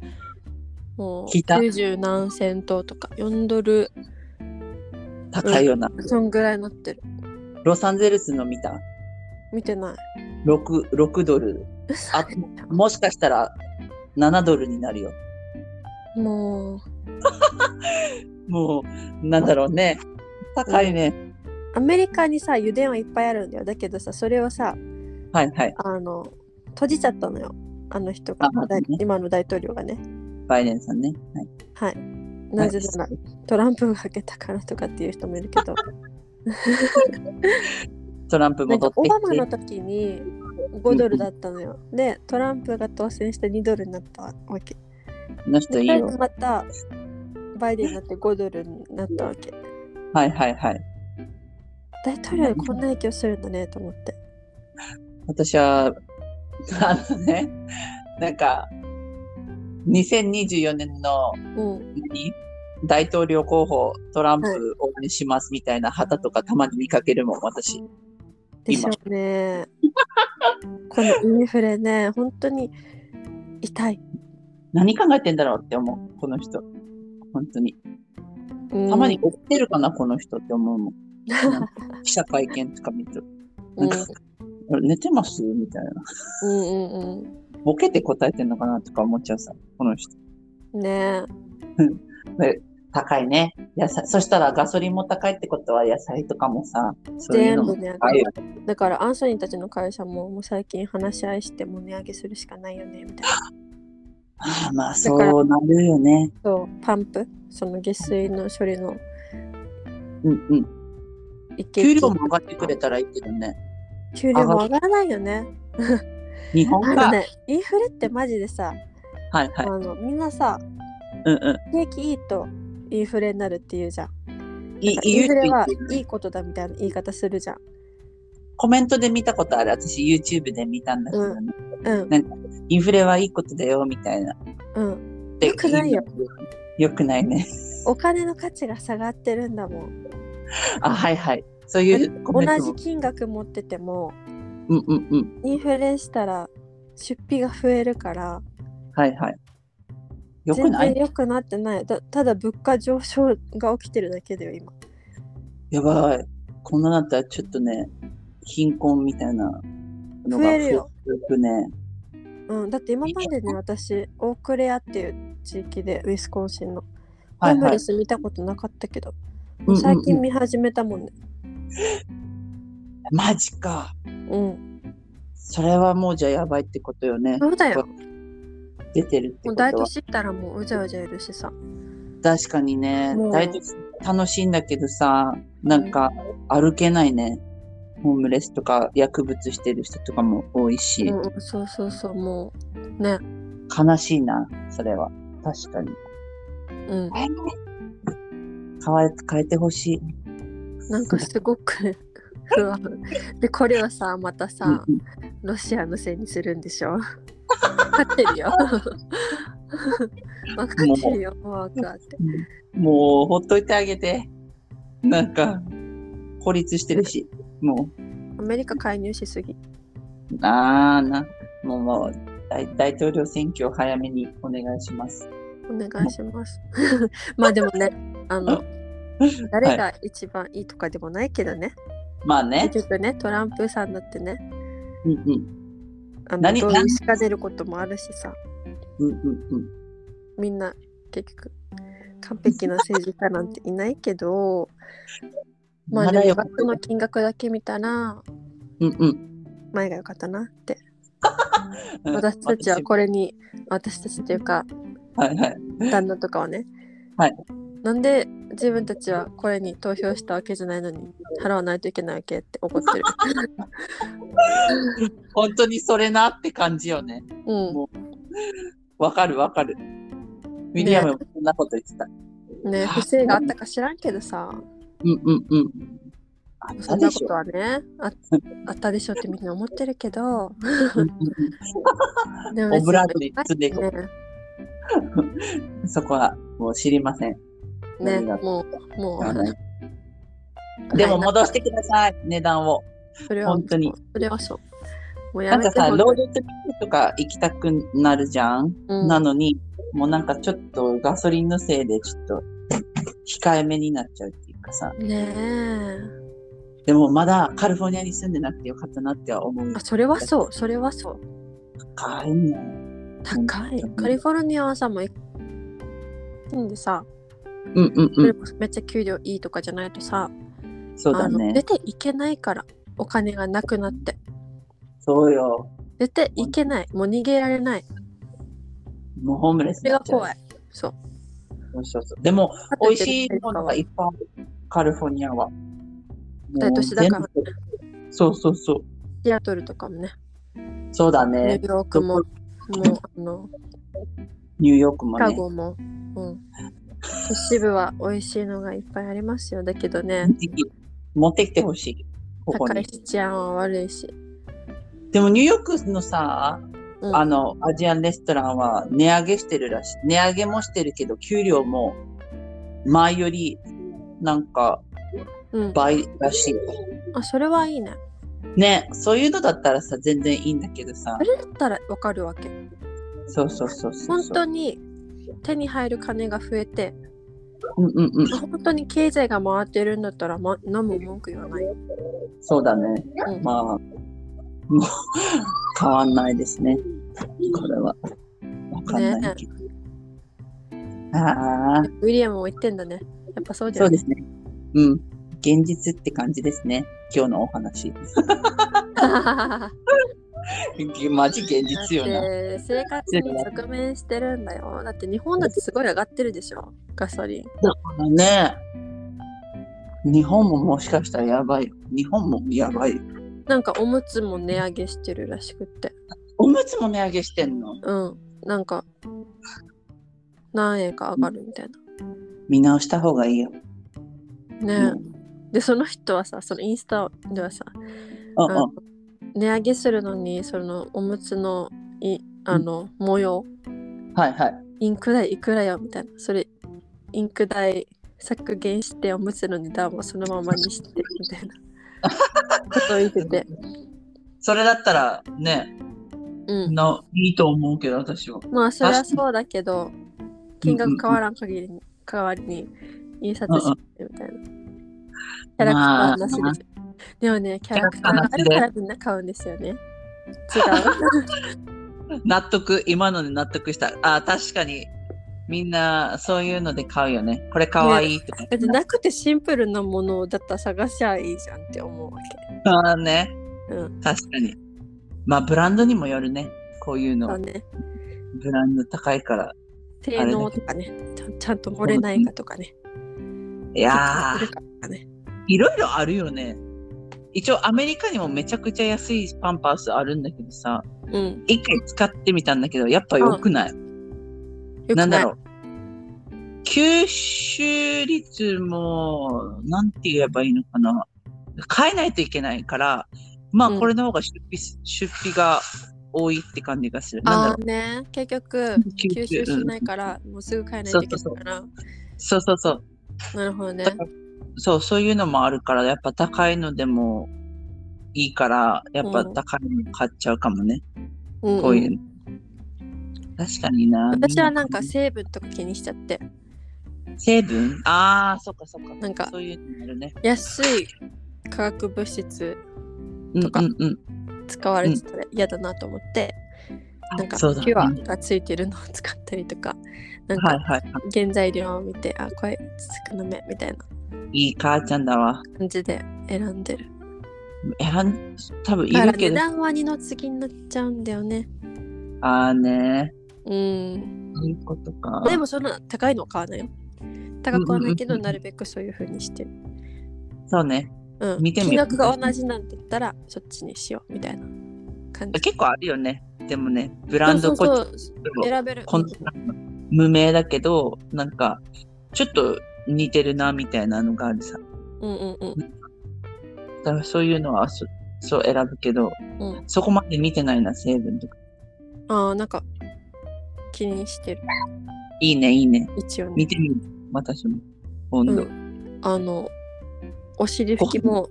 Speaker 1: もう
Speaker 2: 聞いた
Speaker 1: 90何セントとか、4ドル、
Speaker 2: 高いよな。
Speaker 1: そんぐらいなってる。
Speaker 2: ロサンゼルスの見た
Speaker 1: 見てない。
Speaker 2: 6, 6ドル。あもしかしたら7ドルになるよ。
Speaker 1: もう、
Speaker 2: もう、なんだろうね。高いね。
Speaker 1: アメリカにさ、油田はいっぱいあるんだよ。だけどさ、それをさ、
Speaker 2: はいはい。いっ
Speaker 1: あの閉じちゃったのよあの人が
Speaker 2: あまあ
Speaker 1: 大
Speaker 2: ね
Speaker 1: 今の大統領がね
Speaker 2: バイデンさんね。はい。
Speaker 1: はいなぜなら
Speaker 2: はい
Speaker 1: トランプがかけたからとかっていう人もいるけど
Speaker 2: トランプ
Speaker 1: なん
Speaker 2: 戻
Speaker 1: かオ
Speaker 2: ってき
Speaker 1: バマ
Speaker 2: て
Speaker 1: の。時に5ドルだったのよでトランプが当選して2ドルになったわけ
Speaker 2: あの人いい
Speaker 1: で
Speaker 2: よ。
Speaker 1: またバイデンになって5ドルになったわけ
Speaker 2: はいはいはい。
Speaker 1: 大統領でこんな影響するんだねと思って
Speaker 2: 私は、あのね、 なんか、2024年の
Speaker 1: うん
Speaker 2: 何大統領候補トランプ応援しますみたいな旗とかたまに見かけるもん、私。
Speaker 1: でしょうねこのインフレね本当に痛い
Speaker 2: 何考えてんだろうって思う、この人。本当に。たまに追ってるかな、この人って思うもん。なんか 記者会見とか見ると。
Speaker 1: うん、
Speaker 2: なんかあれ寝てますみたいな。
Speaker 1: うんうん
Speaker 2: ボケて答えてんのかなとか思っちゃうさ、この人。
Speaker 1: うんね
Speaker 2: 高いね。野菜そしたらガソリンも高いってことは野菜とかもさ、そういう
Speaker 1: 全
Speaker 2: の
Speaker 1: 部
Speaker 2: も
Speaker 1: 値上
Speaker 2: 高い
Speaker 1: げ
Speaker 2: よ。
Speaker 1: だからアンソニーたちの会社ももう最近話し合いしてもう値上げするしかないよねみたいな
Speaker 2: ああまあ
Speaker 1: だから
Speaker 2: そうなるよね。
Speaker 1: そうパンプその下水の処理の
Speaker 2: うんうん。
Speaker 1: 一軒
Speaker 2: 給料も上がってくれたらいいけどね。
Speaker 1: 給料も上がらないよね
Speaker 2: 日本
Speaker 1: あの
Speaker 2: が。
Speaker 1: ねインフレってマジでさ、
Speaker 2: はい
Speaker 1: あ
Speaker 2: はい。
Speaker 1: のみんなさ
Speaker 2: うんう
Speaker 1: 景
Speaker 2: ん。
Speaker 1: 気いいとインフレになるっていうじゃん
Speaker 2: い
Speaker 1: なんか
Speaker 2: い
Speaker 1: インフレ
Speaker 2: YouTube
Speaker 1: はいいことだみたいな言い方するじゃん
Speaker 2: コメントで見たことある。私 YouTube で見たんだけどね、
Speaker 1: うん
Speaker 2: インフレはいいことだよみたいな。
Speaker 1: うん
Speaker 2: で
Speaker 1: よくないよ。
Speaker 2: よくないね。
Speaker 1: お金の価値が下がってるんだもん
Speaker 2: あはいはい。そういうコ
Speaker 1: 同
Speaker 2: メント
Speaker 1: じ
Speaker 2: も。
Speaker 1: 金額持ってても
Speaker 2: うんうんうん。
Speaker 1: インフレしたら出費が増えるから
Speaker 2: はいはい。よくな
Speaker 1: 全
Speaker 2: い
Speaker 1: 然良くなってないだただ物価上昇が起きてるだけだよ今
Speaker 2: やばい。こんななったらちょっとね、貧困みたいなのが
Speaker 1: 増えるよ
Speaker 2: 増えてくね。
Speaker 1: うん、だって今までね私オークレアっていう地域でウィスコンシンのホ
Speaker 2: は
Speaker 1: ー
Speaker 2: い
Speaker 1: ム
Speaker 2: はい
Speaker 1: レ。ス見たことなかったけど、
Speaker 2: うんうんうん
Speaker 1: 最近見始めたもんね
Speaker 2: マジか。
Speaker 1: うん
Speaker 2: それはもうじゃあやばいってことよね。
Speaker 1: そうだよ
Speaker 2: 出てるって
Speaker 1: も
Speaker 2: こ
Speaker 1: う
Speaker 2: と
Speaker 1: 大
Speaker 2: は
Speaker 1: 都。市行ったらもううじゃうじゃいるしさ
Speaker 2: 確かにね
Speaker 1: もう。
Speaker 2: 大都市楽しいんだけどさ、なんか歩けないね。ホームレスとか薬物してる人とかも多いし、
Speaker 1: うんうんそうそうそうもうね
Speaker 2: 悲しいな、それは。確かに。
Speaker 1: うん
Speaker 2: 変わ変えてほしい。
Speaker 1: なんかすごく 不安でこれをさまた
Speaker 2: うん
Speaker 1: さ
Speaker 2: うん
Speaker 1: ロシアのせいにするんでしょ勝って るよ分かってるよ怖くあって
Speaker 2: もう、ほっといてあげて。なんか、孤立してるし、も
Speaker 1: アメリカ介入しすぎ
Speaker 2: う、あーな、もう、もう大、大統領選挙を早めにお願いします。
Speaker 1: お願いします。 まあでもね、あの、誰が一番いいとかでもないけどね、
Speaker 2: まあね、
Speaker 1: 結局ね、トランプさんだってね、
Speaker 2: うんうん、
Speaker 1: あの
Speaker 2: 何
Speaker 1: 同意しか出ることもあるしさ、
Speaker 2: うんうん
Speaker 1: みんな結局、完璧な政治家なんていないけど、
Speaker 2: うん。
Speaker 1: まあ
Speaker 2: ま
Speaker 1: で
Speaker 2: だ
Speaker 1: も
Speaker 2: よかっ
Speaker 1: 額の金額だけ見たら、
Speaker 2: た。うんうん。
Speaker 1: 前が良かったなって。
Speaker 2: うん
Speaker 1: 私たちはこれに、私たちっていうか、
Speaker 2: はいはい。
Speaker 1: 旦那とかはね、
Speaker 2: はい
Speaker 1: なんで自分たちはこれに投票したわけじゃないのに、払わないといけないわけって怒って る。
Speaker 2: 本当にそれなって感じよね。
Speaker 1: うん
Speaker 2: わかるわかる。ウィリアムもそんなこと言ってた。
Speaker 1: ね不正があったか知らんけどさ、
Speaker 2: うんうんうん。あ
Speaker 1: そ
Speaker 2: った
Speaker 1: んな
Speaker 2: で
Speaker 1: こ
Speaker 2: しょ
Speaker 1: と。はね、ああったでしょってみんな思ってるけど、
Speaker 2: うんうん
Speaker 1: で
Speaker 2: オブラートに包んでい
Speaker 1: 別
Speaker 2: こ
Speaker 1: に
Speaker 2: うんそこは、もう知りません。
Speaker 1: ねね
Speaker 2: 何が
Speaker 1: もう、も、
Speaker 2: わからないうでも
Speaker 1: はい
Speaker 2: 戻してください、値段を。
Speaker 1: それは
Speaker 2: 本当に。
Speaker 1: それはそう。もう
Speaker 2: な
Speaker 1: や
Speaker 2: ん
Speaker 1: め
Speaker 2: か
Speaker 1: て
Speaker 2: さ、
Speaker 1: ほ
Speaker 2: ロードトリップとか行きたくなるじゃん、
Speaker 1: うん
Speaker 2: なのに、もうなんかちょっとガソリンのせいでちょっと控えめになっちゃうっていうかさ。
Speaker 1: ねえ。
Speaker 2: でもまだカリフォルニアに住んでなくてよかったなっては思う
Speaker 1: あ、。それはそう、それはそう。
Speaker 2: 高いね。
Speaker 1: 高い
Speaker 2: うん。
Speaker 1: カリフォルニアはさ、もう、んでさ、
Speaker 2: うんうん
Speaker 1: そうれこそめっちゃ給料いいとかじゃないとさ、
Speaker 2: ん。そうだ
Speaker 1: あの出
Speaker 2: ね。
Speaker 1: ていけないから、お金がなくなって。
Speaker 2: そうよ。
Speaker 1: 出ていけない。もう逃げられない。
Speaker 2: もうホームレス
Speaker 1: そ
Speaker 2: に
Speaker 1: れ
Speaker 2: な
Speaker 1: が
Speaker 2: っちゃう
Speaker 1: 怖い。そう。
Speaker 2: そうそうそう。でも、美味しいものがいっぱいある。カリフォルニアは。
Speaker 1: 大都市だから
Speaker 2: もう全部そうそうそう。
Speaker 1: シアトルとかもね、
Speaker 2: そうだ
Speaker 1: ニ
Speaker 2: ね
Speaker 1: ュ。ーヨークも、もうあの、
Speaker 2: ニューヨークも
Speaker 1: シカ
Speaker 2: ね。
Speaker 1: ゴも、うん。都市部は美味しいのがいっぱいありますよ。だけどね、
Speaker 2: ぜひ持ってきてほしい。ここ
Speaker 1: 高い
Speaker 2: に。
Speaker 1: し治安は悪いし。
Speaker 2: でもニューヨークのさ、
Speaker 1: うん、
Speaker 2: あの、アジアンレストランは値上げしてるらしい。値上げもしてるけど、給料も前よりなんか
Speaker 1: うん、
Speaker 2: 倍らしい。
Speaker 1: あ、それはいいね。
Speaker 2: ね、そういうのだったらさ、全然いいんだけどさ
Speaker 1: そ。れだったらわかるわけ。
Speaker 2: そうそうそうそう
Speaker 1: 本
Speaker 2: そう。
Speaker 1: 当に手に入る金が増えて、
Speaker 2: うんうんうん。
Speaker 1: 本当に経済が回ってるんだったら、ま、何も文句言わないよ。
Speaker 2: そうだね。
Speaker 1: うん
Speaker 2: まあ、もう変わんないですね。これは。わかんないけど。ああ、
Speaker 1: ウィリアムも言ってんだね。やっぱそうじゃ
Speaker 2: そ
Speaker 1: な
Speaker 2: う
Speaker 1: い
Speaker 2: ですね。うん。現実って感じですね。今日のお話。 マジ現実よ
Speaker 1: だっ
Speaker 2: な。
Speaker 1: て生活に直面してるんだよ。だって日本だってすごい上がってるでしょ、ガソリン。
Speaker 2: ね日本ももしかしたらやばいよ。日本もやばいよ。
Speaker 1: なんかおむつも値上げしてるらしくって。
Speaker 2: おむつも値上げしてんの
Speaker 1: うん。なんか何円か上がるみたい
Speaker 2: 見直した方がいいよ。
Speaker 1: な。ねで、その人はさ、そのインスタではさ、
Speaker 2: うん
Speaker 1: あ
Speaker 2: うんう
Speaker 1: の値上げするのに、そのおむつのいあの模様、
Speaker 2: ん。はいはい。
Speaker 1: インク代いくらよみたいな。それ、インク代削減しておむつの値段もそのままにしてみたい なことを言ってて。
Speaker 2: それだったらね、
Speaker 1: うん。
Speaker 2: のいいと思うけど、私は。
Speaker 1: まあそれはそうだけど金額変わらん限りに代わりに印刷してみたいな。キャラクターなしでしょ。でもね、キャラクターがあるからみんな買うんですよね。 違う。
Speaker 2: 納得、今ので納得した。あー確かに、みんなそういうので買うよね。これかわいいとか。
Speaker 1: だってなくてシンプルなものだったら探しゃいいじゃんって思うわけ。
Speaker 2: あーね、
Speaker 1: うん
Speaker 2: 確かに。まあ、ブランドにもよるね。こういう
Speaker 1: そう
Speaker 2: の。
Speaker 1: ね。
Speaker 2: ブランド高いから。
Speaker 1: 性能とかね、ちゃんちゃんと漏れないかとかね。
Speaker 2: い
Speaker 1: い
Speaker 2: やー、
Speaker 1: ね、
Speaker 2: いろいろあるよね。一応、アメリカにもめちゃくちゃ安いパンパースあるんだけどさ、
Speaker 1: うん。
Speaker 2: 一回使ってみたんだけど、やっぱ良くない。
Speaker 1: よくな
Speaker 2: な
Speaker 1: んい
Speaker 2: だろう。吸収率も、なんて言えばいいのかな。変えないといけないから、まあ
Speaker 1: うん
Speaker 2: これの方が出費す、出費が多いって感じがする。なん
Speaker 1: あ
Speaker 2: だろ
Speaker 1: あね、結局
Speaker 2: う。
Speaker 1: 吸収しない
Speaker 2: うん
Speaker 1: から、もうすぐ買えないといけないから。
Speaker 2: そうそうそう。
Speaker 1: なるほどね
Speaker 2: だ。からそう、そういうのもあるから、やっぱ高いのでもいいから、やっぱ高いの買っちゃうかもね。
Speaker 1: うん
Speaker 2: こういうの。確かにな。
Speaker 1: 私はなんか成分とか気にしちゃって
Speaker 2: 成分ああ、そっかそっか。
Speaker 1: なんか
Speaker 2: そういうのあるね。
Speaker 1: 安い化学物質
Speaker 2: うん
Speaker 1: とか
Speaker 2: うんうん。
Speaker 1: 使われてたら嫌だなと思って、なんか
Speaker 2: そうだね
Speaker 1: ピュアがついてるのを使ったりとかなん
Speaker 2: はい
Speaker 1: か
Speaker 2: はいはい。
Speaker 1: 原材料を見て、あこれ少なめみたいない
Speaker 2: い母ちゃんだわ。
Speaker 1: 感じで選んでる
Speaker 2: 選ん、多分い
Speaker 1: だから
Speaker 2: る
Speaker 1: 値
Speaker 2: けど。
Speaker 1: 段は二の次になっちゃうんだよね
Speaker 2: ああね。
Speaker 1: うん
Speaker 2: そういうことか。
Speaker 1: でもそんな高いのは買わないよ高くはないけどなるべくそういう風にしてる、
Speaker 2: そうね。
Speaker 1: うん、
Speaker 2: 見てみ
Speaker 1: 金
Speaker 2: よう
Speaker 1: 額が同じなんて言ったらそっちにしようみたいな感じ
Speaker 2: 結構あるよね。でもね、ブ
Speaker 1: ブ
Speaker 2: ランドこっち
Speaker 1: そうそうそう選べる
Speaker 2: こん無名だけど、なんか、ちょっと似てるな、みたいなのがあるさ。
Speaker 1: うんうんうん
Speaker 2: だからそういうのは、そそう選ぶけど、
Speaker 1: うん
Speaker 2: そこまで見てないな、成分とか。
Speaker 1: ああ、なんか気にしてる。
Speaker 2: いいね、いいね。
Speaker 1: 一応ね
Speaker 2: 見。てみる。私も。今度。
Speaker 1: うんあの、お尻拭きも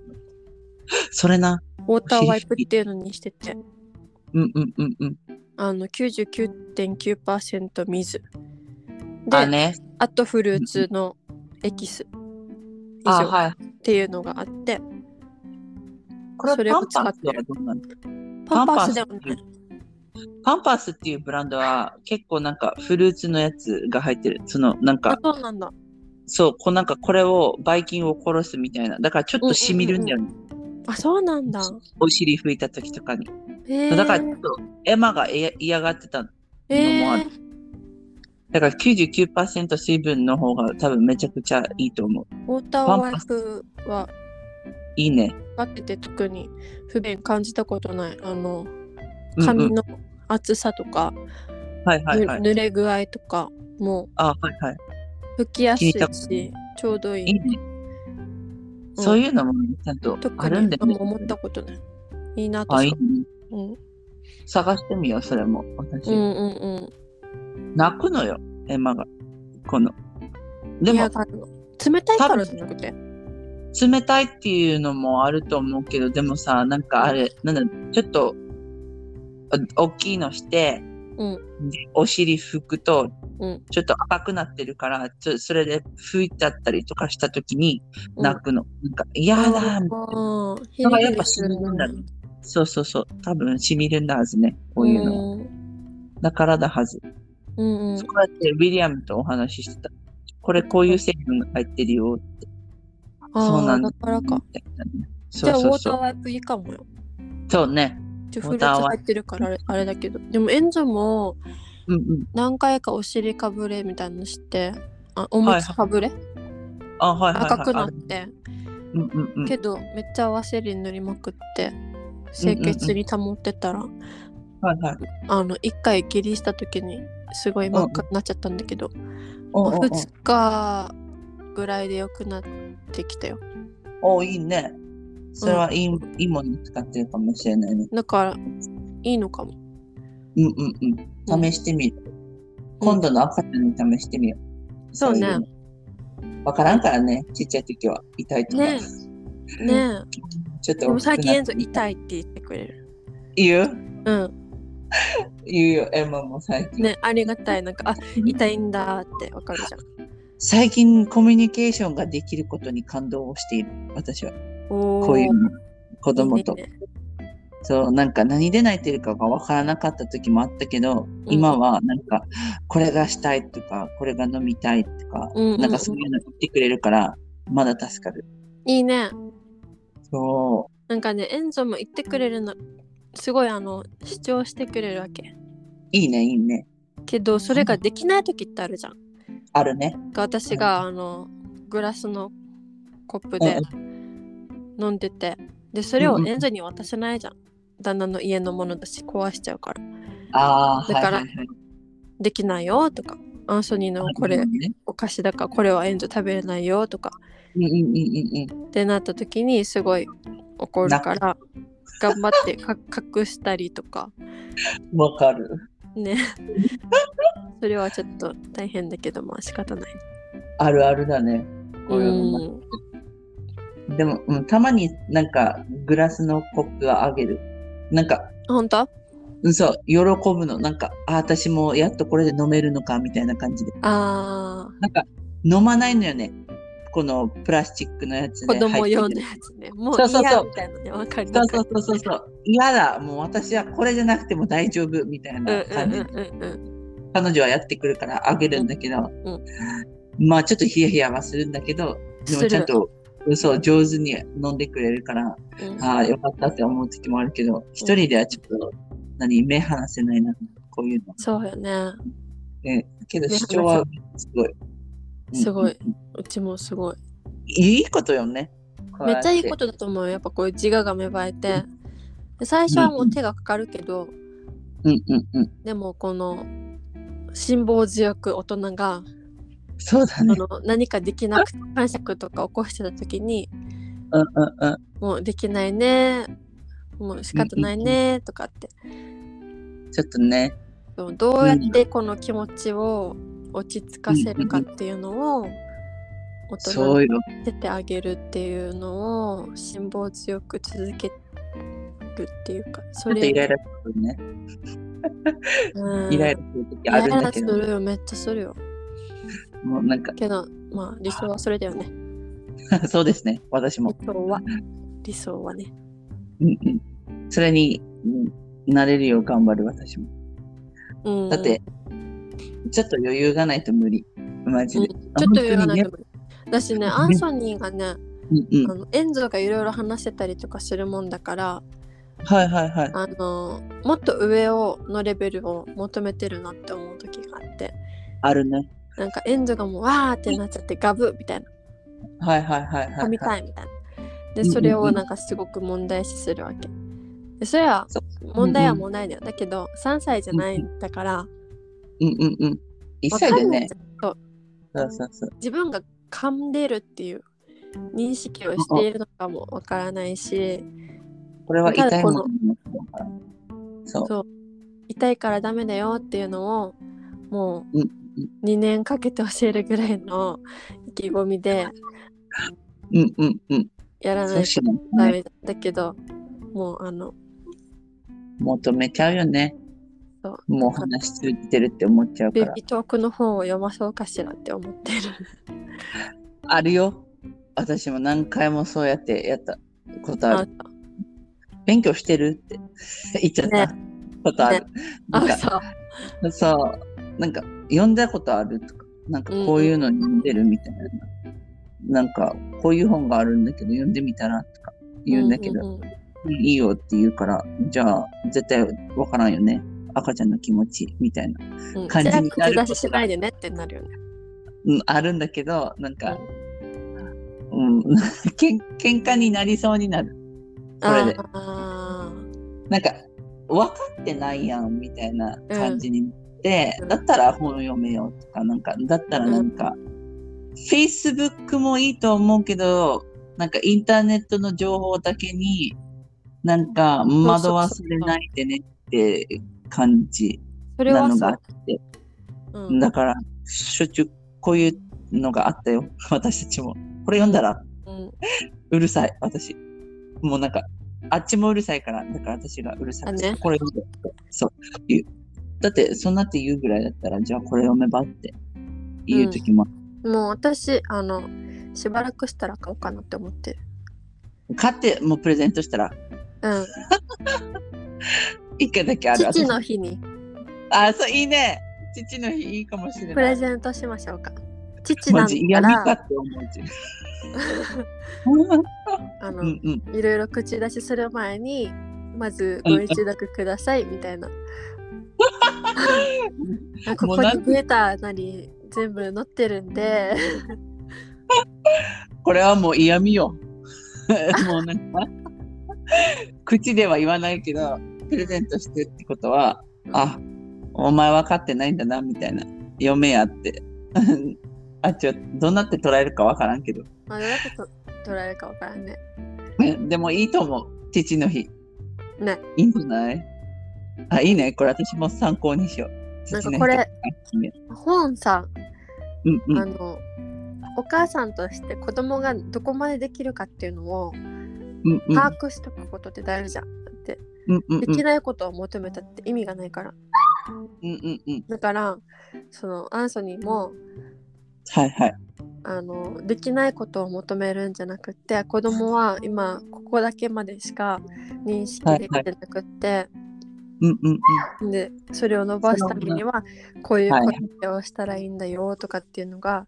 Speaker 2: それな。
Speaker 1: ウォーターワイプっていうのにしてて、
Speaker 2: うんうんうんうん。
Speaker 1: あの99.9%水。で、
Speaker 2: あ
Speaker 1: あ,、
Speaker 2: ね。
Speaker 1: とフルーツのエキス以
Speaker 2: あ、
Speaker 1: 上っ
Speaker 2: はい。
Speaker 1: ていうのがあって、
Speaker 2: これは
Speaker 1: それを使
Speaker 2: パンパ
Speaker 1: っ
Speaker 2: ン
Speaker 1: て
Speaker 2: スはどうなの
Speaker 1: パンパース
Speaker 2: パ
Speaker 1: で
Speaker 2: ン
Speaker 1: も
Speaker 2: パ
Speaker 1: ね、
Speaker 2: ースパンパースっていうブランドは結構なんかフルーツのやつが入ってる。そのなん
Speaker 1: あ
Speaker 2: か、、
Speaker 1: そうなんだ。
Speaker 2: そう、こうなんかこれを、バイキンを殺すみたいな。だからちょっと染みるんだよね。
Speaker 1: あ、そうなんだ。
Speaker 2: お尻拭いた時とかに。
Speaker 1: へえ。
Speaker 2: だからちょっとエマが嫌嫌がってた。
Speaker 1: へ
Speaker 2: もあ
Speaker 1: ー
Speaker 2: るだから99%水分の方が多分めちゃくちゃいいと思う。
Speaker 1: ウォーターワイプはい
Speaker 2: いね。
Speaker 1: 使ってて特に不便感じたことない。あの、
Speaker 2: うんう
Speaker 1: 髪
Speaker 2: ん。
Speaker 1: の厚さとか、
Speaker 2: はいはい
Speaker 1: ぬ
Speaker 2: はい。
Speaker 1: 濡れ具合とかも
Speaker 2: あ、はいはい。
Speaker 1: 拭きやすい
Speaker 2: 気に入った
Speaker 1: しちょうどいい
Speaker 2: いいね。
Speaker 1: うん
Speaker 2: そういうのもちゃんと
Speaker 1: 特
Speaker 2: あるん
Speaker 1: に
Speaker 2: だ
Speaker 1: あん
Speaker 2: よね
Speaker 1: ま。思ったことないいいなと
Speaker 2: あ、いい
Speaker 1: し
Speaker 2: ね
Speaker 1: か、。うん、
Speaker 2: 探してみよう、それも。私。
Speaker 1: うんうん
Speaker 2: 泣くのよ、エマが。この。
Speaker 1: う
Speaker 2: で
Speaker 1: ん嫌
Speaker 2: も、
Speaker 1: がるの冷たいからじゃなくて
Speaker 2: 冷たいっていうのもあると思うけど、でもさ、なんかあれ、なんだ、ちょっと、あ大きいのして、
Speaker 1: う
Speaker 2: でお尻拭くと、
Speaker 1: うん
Speaker 2: ちょっと赤くなってるから、ちょそれで拭いちゃったりとかした時に泣くの。なんか、嫌だみたいな
Speaker 1: ああ、
Speaker 2: だからやっぱ染みるんだろう。そうそうそう。多分染みるんだはずね。こういうのは。
Speaker 1: の。
Speaker 2: だからだはず。
Speaker 1: うんうん
Speaker 2: そうやってウィリアムとお話ししてた。これこういう成分が入ってるよって。
Speaker 1: あー
Speaker 2: そうなんだ。
Speaker 1: だからか。
Speaker 2: みたいなね。
Speaker 1: じ
Speaker 2: そ
Speaker 1: ゃあ、
Speaker 2: う
Speaker 1: ウォ
Speaker 2: そう
Speaker 1: ーター
Speaker 2: そう。
Speaker 1: ワイプいいかもよ。
Speaker 2: そうね。
Speaker 1: ちょ
Speaker 2: ウォ
Speaker 1: フ
Speaker 2: ー
Speaker 1: ル
Speaker 2: ター
Speaker 1: ー
Speaker 2: ワイ
Speaker 1: ツ
Speaker 2: プ
Speaker 1: 入ってるからあれあれだけど。でも、エンゾも
Speaker 2: うんうん。
Speaker 1: 何回かお尻かぶれみたいなのして、あおむつかぶれ、
Speaker 2: あ、はいはいはい。
Speaker 1: 赤くな
Speaker 2: あ
Speaker 1: っ
Speaker 2: る
Speaker 1: て。
Speaker 2: うんうんうん。
Speaker 1: けど、めっちゃワセリン塗りまくって、清潔に保ってたら、
Speaker 2: はいはい。
Speaker 1: あの、一回下痢した時に、すごい真っ赤になっちゃったんだけど、
Speaker 2: おうおう
Speaker 1: 2日ぐらいで良くなってきたよ。
Speaker 2: おうおういいね。それはいい,、いいものに使ってるかもしれないね。
Speaker 1: だから、いいのかも。
Speaker 2: うんうんうん。試してみる。今度の赤ちゃんに試してみよう。
Speaker 1: そうね
Speaker 2: いの。わからんからね。ちっちゃい時は痛いとか。
Speaker 1: ねねえ。
Speaker 2: ちょっと
Speaker 1: でも最近エンゾ
Speaker 2: 痛い
Speaker 1: 痛いって言ってくれる。
Speaker 2: 言う
Speaker 1: うん。
Speaker 2: 言うよ、エマも最近。
Speaker 1: ね、ありがたい。なんか、あ、痛いんだってわかるじゃん。
Speaker 2: 最近コミュニケーションができることに感動をしている。私は。
Speaker 1: おー
Speaker 2: こういうの子供と。
Speaker 1: いいね
Speaker 2: そう、なんか何で泣いてるかが分からなかった時もあったけど、今はなんか、これがしたいとか、これが飲みたいとか、
Speaker 1: うんうん
Speaker 2: なんかそういうの言ってくれるから、まだ助かる。
Speaker 1: いいね。
Speaker 2: そ
Speaker 1: なんかね、エンゾも言ってくれるの、すごいあの、主張してくれるわけ。
Speaker 2: う、いいね、いいね。
Speaker 1: けど、それができない時ってあるじゃん。
Speaker 2: あるね。
Speaker 1: が私があの、グラスのコップで飲んでて、で、それをエンゾに渡せないじゃん。旦那の家のものだし、壊しちゃうから。
Speaker 2: ああ、
Speaker 1: だから
Speaker 2: はいはいはい、
Speaker 1: できないよとか、アンソニーのこれ
Speaker 2: あるね
Speaker 1: お菓子だからこれはエンゾ食べれないよとか、
Speaker 2: うんうんうんうん
Speaker 1: ってなった時にすごい怒るから頑張ってか 隠したりとか
Speaker 2: うん。わかる。
Speaker 1: ねそれはちょっと大変だけどまあ仕方ない
Speaker 2: あるあるだね。こ
Speaker 1: う
Speaker 2: ういうのも
Speaker 1: ん
Speaker 2: でも、うん、たまになんか、グラスのコップはあげる。なんか、
Speaker 1: 本当
Speaker 2: うんそう、喜ぶの。なんか、あ、私もやっとこれで飲めるのか、みたいな感じで。
Speaker 1: あー
Speaker 2: なんか、飲まないのよね。このプラスチックのやつ
Speaker 1: 子
Speaker 2: で、
Speaker 1: 供用の
Speaker 2: 入って
Speaker 1: やつねもう
Speaker 2: そうそうそう
Speaker 1: いやみたいなねわかり
Speaker 2: てる
Speaker 1: ま
Speaker 2: そうそうそうそう。嫌だ。もう私はこれじゃなくても大丈夫、みたい
Speaker 1: うん
Speaker 2: な
Speaker 1: うん
Speaker 2: 感じで。
Speaker 1: うんうん
Speaker 2: 彼女はやってくるからあげるんだけど、
Speaker 1: うん
Speaker 2: まあちょっとヒヤヒヤはするんだけど、でもちゃんと、そう、上手に飲んでくれるから、
Speaker 1: うん
Speaker 2: ああ、よかったって思う時もあるけど、一人ではちょっと、何、目離せないな、こういうの。
Speaker 1: そうよね
Speaker 2: ね、けど
Speaker 1: 目離せ
Speaker 2: 主張はすごい。
Speaker 1: すごい
Speaker 2: うんうんうん。
Speaker 1: うちもすごい
Speaker 2: いいことよね。。
Speaker 1: めっちゃいいこととだと思うよやっぱこういう自我が芽生えてで最初はもう手がかかるけど、
Speaker 2: うんうんうん。
Speaker 1: でもこの辛抱強く大人が
Speaker 2: そうだ
Speaker 1: あ
Speaker 2: ね。
Speaker 1: の何かできなくて感触とか起こしてた時に
Speaker 2: うんうんうん。
Speaker 1: もうできないねもう仕方ないねとかって
Speaker 2: ちょっとね、
Speaker 1: でもどうやってこの気持ちを落ち着かせるかっていうのを大
Speaker 2: そ
Speaker 1: 人
Speaker 2: う
Speaker 1: に
Speaker 2: よ。
Speaker 1: 出てあげるっていうのを辛抱強く続けるっていうか
Speaker 2: ち
Speaker 1: そ
Speaker 2: ょっとイラ
Speaker 1: れ
Speaker 2: イラするね。
Speaker 1: うん
Speaker 2: イライラする時
Speaker 1: イ
Speaker 2: あ
Speaker 1: ライ
Speaker 2: るんだ
Speaker 1: ラ
Speaker 2: け
Speaker 1: す
Speaker 2: ど、
Speaker 1: るよめっちゃするよ
Speaker 2: もうなんか、
Speaker 1: けどまあ理想はそれだよね
Speaker 2: そうですね、私も。
Speaker 1: 理想は理想はね
Speaker 2: うんうん。それに、うん、なれるよう頑張る、私も。
Speaker 1: うん
Speaker 2: だって、ちょっと余裕がないと無理。マジ
Speaker 1: うん
Speaker 2: で。
Speaker 1: ちょっと言わない
Speaker 2: 本
Speaker 1: と無理だしねアンソニーがね
Speaker 2: 当にね。うんう
Speaker 1: あ
Speaker 2: ん。
Speaker 1: のエンゾがいろいろ話せたりとかするもんだから
Speaker 2: はいはいはい。
Speaker 1: あのもっと上をのレベルを求めてるなって思う時があって
Speaker 2: あるね。
Speaker 1: なんかエンゾがもうわーってなっちゃってガブみたいな
Speaker 2: はいはいはいはい、はい。
Speaker 1: 噛みた
Speaker 2: い。
Speaker 1: いみたいなで
Speaker 2: うんうんうん
Speaker 1: それをなんかすごく問題視するわけでそれは
Speaker 2: そ
Speaker 1: 問題はもうないのよだけど3歳じゃないんだから
Speaker 2: うんうんうん。一
Speaker 1: わ
Speaker 2: 切
Speaker 1: か
Speaker 2: で
Speaker 1: んない
Speaker 2: ね
Speaker 1: じ。ゃんそう
Speaker 2: そうそうそう。
Speaker 1: 自分が噛んでるっていう認識をしているのかもわからないし
Speaker 2: これは痛
Speaker 1: た
Speaker 2: い
Speaker 1: だ
Speaker 2: も
Speaker 1: この
Speaker 2: のになってるから。そう。
Speaker 1: 痛いからダメだよっていうのをも
Speaker 2: うん
Speaker 1: う2年かけて教えるぐらいの意気込みで
Speaker 2: うんうんうん。
Speaker 1: やら
Speaker 2: そ
Speaker 1: ないうと
Speaker 2: しないと
Speaker 1: ダ
Speaker 2: ね。
Speaker 1: メだったけどもうあの
Speaker 2: 求めちゃうよね。
Speaker 1: そう
Speaker 2: もう話通じてるって思っちゃうか
Speaker 1: ベ
Speaker 2: ら。
Speaker 1: ビートークの本を読まそうかしらって思ってる。
Speaker 2: あるよ。私も何回もそうやってやったことあ
Speaker 1: あ
Speaker 2: る。勉強してるって 言っちゃったことある。なん
Speaker 1: あ、
Speaker 2: か
Speaker 1: そう。
Speaker 2: そう、なんか、読んだことあるとか、なんかこういうの読んでるみたいな。なんか、こういう本があるんだけど、読んでみたらとか言うんだけど、
Speaker 1: うんうんうん
Speaker 2: いいよって言うから、じゃあ、絶対わからんよね。赤ちゃんの気持ちみたいな。
Speaker 1: うん
Speaker 2: 感じになることが
Speaker 1: 口出ししないでねってなるよね。
Speaker 2: うん、あるんだけど、なんか、うん、 けん喧嘩になりそうになる。これで。
Speaker 1: あー
Speaker 2: なんか、分かってないやんみたいな感じになって、
Speaker 1: うん
Speaker 2: だったら本読めよとか、なんか、だったらなんか、Facebook もいいと思うけど、なんかインターネットの情報だけに、なんか惑わされないでねって感じ
Speaker 1: それ
Speaker 2: な
Speaker 1: は
Speaker 2: の
Speaker 1: そ
Speaker 2: があ
Speaker 1: う。
Speaker 2: って、
Speaker 1: うん
Speaker 2: だから、しょっちゅうこういうのがあったよ、私たちも。これ読んだら
Speaker 1: うん
Speaker 2: うるさい、私。もうなんか、あっちもうるさいから、だから私がうるさくて、
Speaker 1: あね
Speaker 2: これ読めばそう。言うだって、そんなって言うぐらいだったら、じゃあこれ読めばって言うときも、
Speaker 1: もう私、あの、しばらくしたら買おうかなって思ってる。
Speaker 2: 買ってもうプレゼントしたら、
Speaker 1: うん。
Speaker 2: 一回だけある。
Speaker 1: 父の日に
Speaker 2: 私あ、そう、いいね。父の日いいかもしれ
Speaker 1: プ
Speaker 2: な
Speaker 1: レ
Speaker 2: い。
Speaker 1: ゼントしましょうか。父な
Speaker 2: マ
Speaker 1: ん
Speaker 2: ジ嫌
Speaker 1: だ
Speaker 2: みか
Speaker 1: か
Speaker 2: って思う じ。う
Speaker 1: ら、
Speaker 2: ん
Speaker 1: あ
Speaker 2: う
Speaker 1: の
Speaker 2: ん、うん。
Speaker 1: いろいろ口出しする前に、まずご一読くださいみた いな。こ
Speaker 2: もう
Speaker 1: こ
Speaker 2: な
Speaker 1: に
Speaker 2: ん
Speaker 1: データなり全部載ってるんで、
Speaker 2: これはもう嫌味よ。 もうなんか、口では言わないけど、プレゼントしてってことは、あ、お前分かってないんだな、みたいな。読めやって。 あっちはどうなって捉えるか分からんけど。
Speaker 1: まあ、どうやってと取られるかわからんね。
Speaker 2: でもいいと思う。父の日。
Speaker 1: ね。
Speaker 2: いいんじゃないあ、いいね。これ私も参考にしよう。
Speaker 1: なん
Speaker 2: 父
Speaker 1: か
Speaker 2: の日
Speaker 1: これ
Speaker 2: とかいいね
Speaker 1: 本さ、
Speaker 2: うんう
Speaker 1: あ
Speaker 2: ん。
Speaker 1: の、お母さんとして子供がどこまでできるかっていうのを
Speaker 2: うんうん。
Speaker 1: 把握しとくことって大事じゃん。だって、
Speaker 2: うんうん
Speaker 1: で
Speaker 2: うん
Speaker 1: きないことを求めたって意味がないから。
Speaker 2: うんうんうん。
Speaker 1: だから、そのアンソニーも、
Speaker 2: はいはい。
Speaker 1: あのできないことを求めるんじゃなくて子供は今ここだけまでしか認識できてなくって、
Speaker 2: うんうんうん。
Speaker 1: でそれを伸ばすためにはこういう
Speaker 2: は
Speaker 1: こ
Speaker 2: いはい
Speaker 1: とをしたらいいんだよとかっていうのが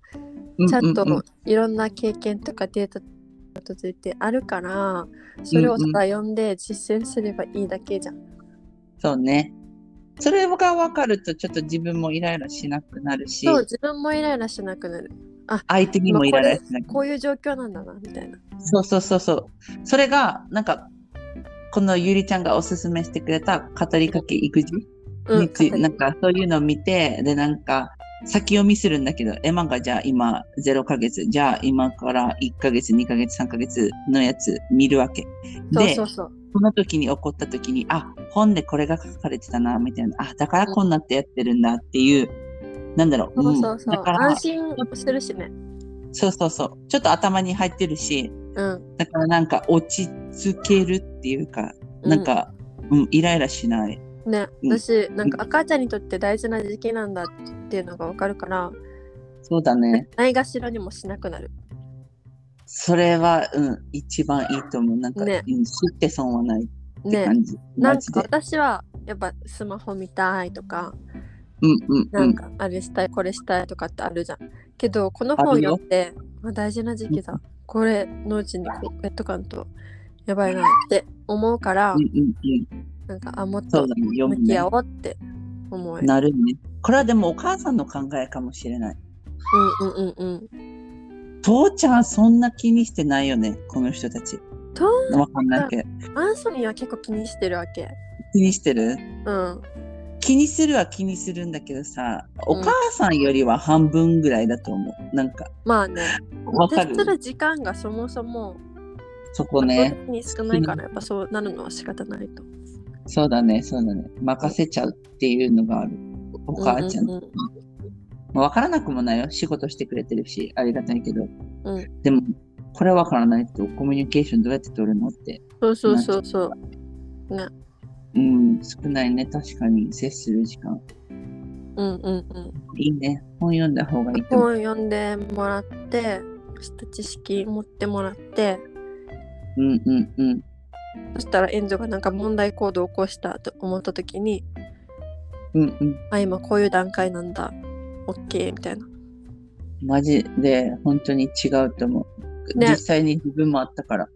Speaker 2: う
Speaker 1: ちゃん
Speaker 2: うう
Speaker 1: といろんな経験とかデータに基づいてあるからそれをただ読んで実践すればいいだけじゃん。
Speaker 2: そうね。それが分かると、ちょっと自分もイライラしなくなるし
Speaker 1: そ、う自分もイライラしなくなる
Speaker 2: 相手にもイライラしなくなる。
Speaker 1: こういう状況なんだなみたいな。
Speaker 2: そうそうそうそう。それが、なんか、このゆりちゃんがおすすめしてくれた語りかけ育児
Speaker 1: うん
Speaker 2: について、なんかそういうのを見て、で、なんか、先読みするんだけど、エマがじゃあ今0ヶ月、じゃあ今から1ヶ月、2ヶ月、3ヶ月のやつ見るわけ。
Speaker 1: そう
Speaker 2: で
Speaker 1: そ、うそう。
Speaker 2: その時に起こった時に、あ、本でこれが書かれてたな、みたいな、あ、だからこんなってやってるんだっていう、なんだろう、
Speaker 1: そう
Speaker 2: うん
Speaker 1: そうそう
Speaker 2: だ。から
Speaker 1: 安、心するしね。
Speaker 2: そうそうそう、ちょっと頭に入ってるし、
Speaker 1: うん。
Speaker 2: だからなんか落ち着けるっていうか、
Speaker 1: う
Speaker 2: なんか、うん、イライラしない。
Speaker 1: ね、
Speaker 2: うん
Speaker 1: 私なんか赤ちゃんにとって大事な時期なんだっていうのがわかるから、
Speaker 2: そうだね。
Speaker 1: ないがしろにもしなくなる。
Speaker 2: それは、うん、一番いいと思う。なんか、
Speaker 1: ね
Speaker 2: うん、知って損はないって
Speaker 1: ね、
Speaker 2: 感じ。
Speaker 1: な
Speaker 2: マ
Speaker 1: ん
Speaker 2: ジ
Speaker 1: か
Speaker 2: で。
Speaker 1: 私はやっぱスマホ見たいとか、
Speaker 2: うんうん
Speaker 1: な
Speaker 2: うんん。
Speaker 1: かあれしたい、これしたいとかってあるじゃん。けどこの
Speaker 2: あ
Speaker 1: 本
Speaker 2: るよ
Speaker 1: 読んで、あ大事な時期だ。これのうちにこうやっとかんとやばいなって思うから
Speaker 2: うんう、んうん。
Speaker 1: なんかあもっ
Speaker 2: そ
Speaker 1: と
Speaker 2: うだね。読
Speaker 1: 向
Speaker 2: む
Speaker 1: き
Speaker 2: ね
Speaker 1: 合。おうって思える。
Speaker 2: なるね。これはでもお母さんの考えかもしれない。
Speaker 1: うんうんうんうん。
Speaker 2: 父ちゃんそんな気にしてないよね、この人たち。
Speaker 1: と
Speaker 2: わかんないけど。
Speaker 1: アンソニーは結構気にしてるわけ。
Speaker 2: 気にしてる
Speaker 1: うん。
Speaker 2: 気にするは気にするんだけどさ、お母さんよりは半分ぐらいだと思う。なんか、
Speaker 1: まあね。
Speaker 2: わかる
Speaker 1: 接する時間がそもそも
Speaker 2: そこね。
Speaker 1: 圧倒的に少ないからやっぱそうなるのは仕方ないと。
Speaker 2: そうだね、そうだね。任せちゃうっていうのがある。お母ちゃん。
Speaker 1: う
Speaker 2: わ、
Speaker 1: んうん
Speaker 2: からなくもないよ。仕事してくれてるし、ありがたいけど。
Speaker 1: う
Speaker 2: でも、これわからないと、コミュニケーションどうやって取るのって。
Speaker 1: そうそうそうそう。ね。
Speaker 2: うん、少ないね。確かに、接する時間。
Speaker 1: うんうんうん。
Speaker 2: いいね。本読んだ方がいいと思う。
Speaker 1: 本読んでもらって、ちょっと知識持ってもらって、
Speaker 2: うんうんうん。
Speaker 1: そしたら援助がなんか問題行動を起こしたと思った時に、
Speaker 2: うんうん。
Speaker 1: あ、今こういう段階なんだ。OK みたいな。
Speaker 2: マジで、本当に違うと思う。
Speaker 1: ね
Speaker 2: 実際に自分もあったから。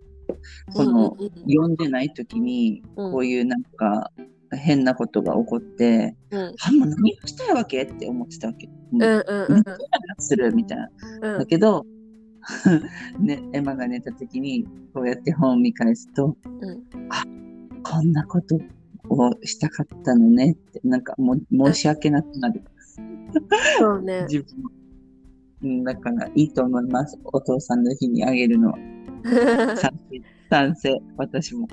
Speaker 2: この
Speaker 1: うんうん
Speaker 2: 読んでない時に、
Speaker 1: うん
Speaker 2: こういうなんか、変なことが起こって、
Speaker 1: うん、うん
Speaker 2: あ、もう何がしたいわけって思ってたわけ。も
Speaker 1: う
Speaker 2: う、
Speaker 1: んうん
Speaker 2: するみたいな。
Speaker 1: うんう
Speaker 2: だ
Speaker 1: ん
Speaker 2: けど、 ね、エマが寝た時に、こうやって本を見返すと、
Speaker 1: うん
Speaker 2: あ、こんなことをしたかったのねって、なんかもう申し訳なくなる。
Speaker 1: そうね
Speaker 2: 自分もうん、だから、いいと思います。お父さんの日にあげるのは。賛成。賛成。私も。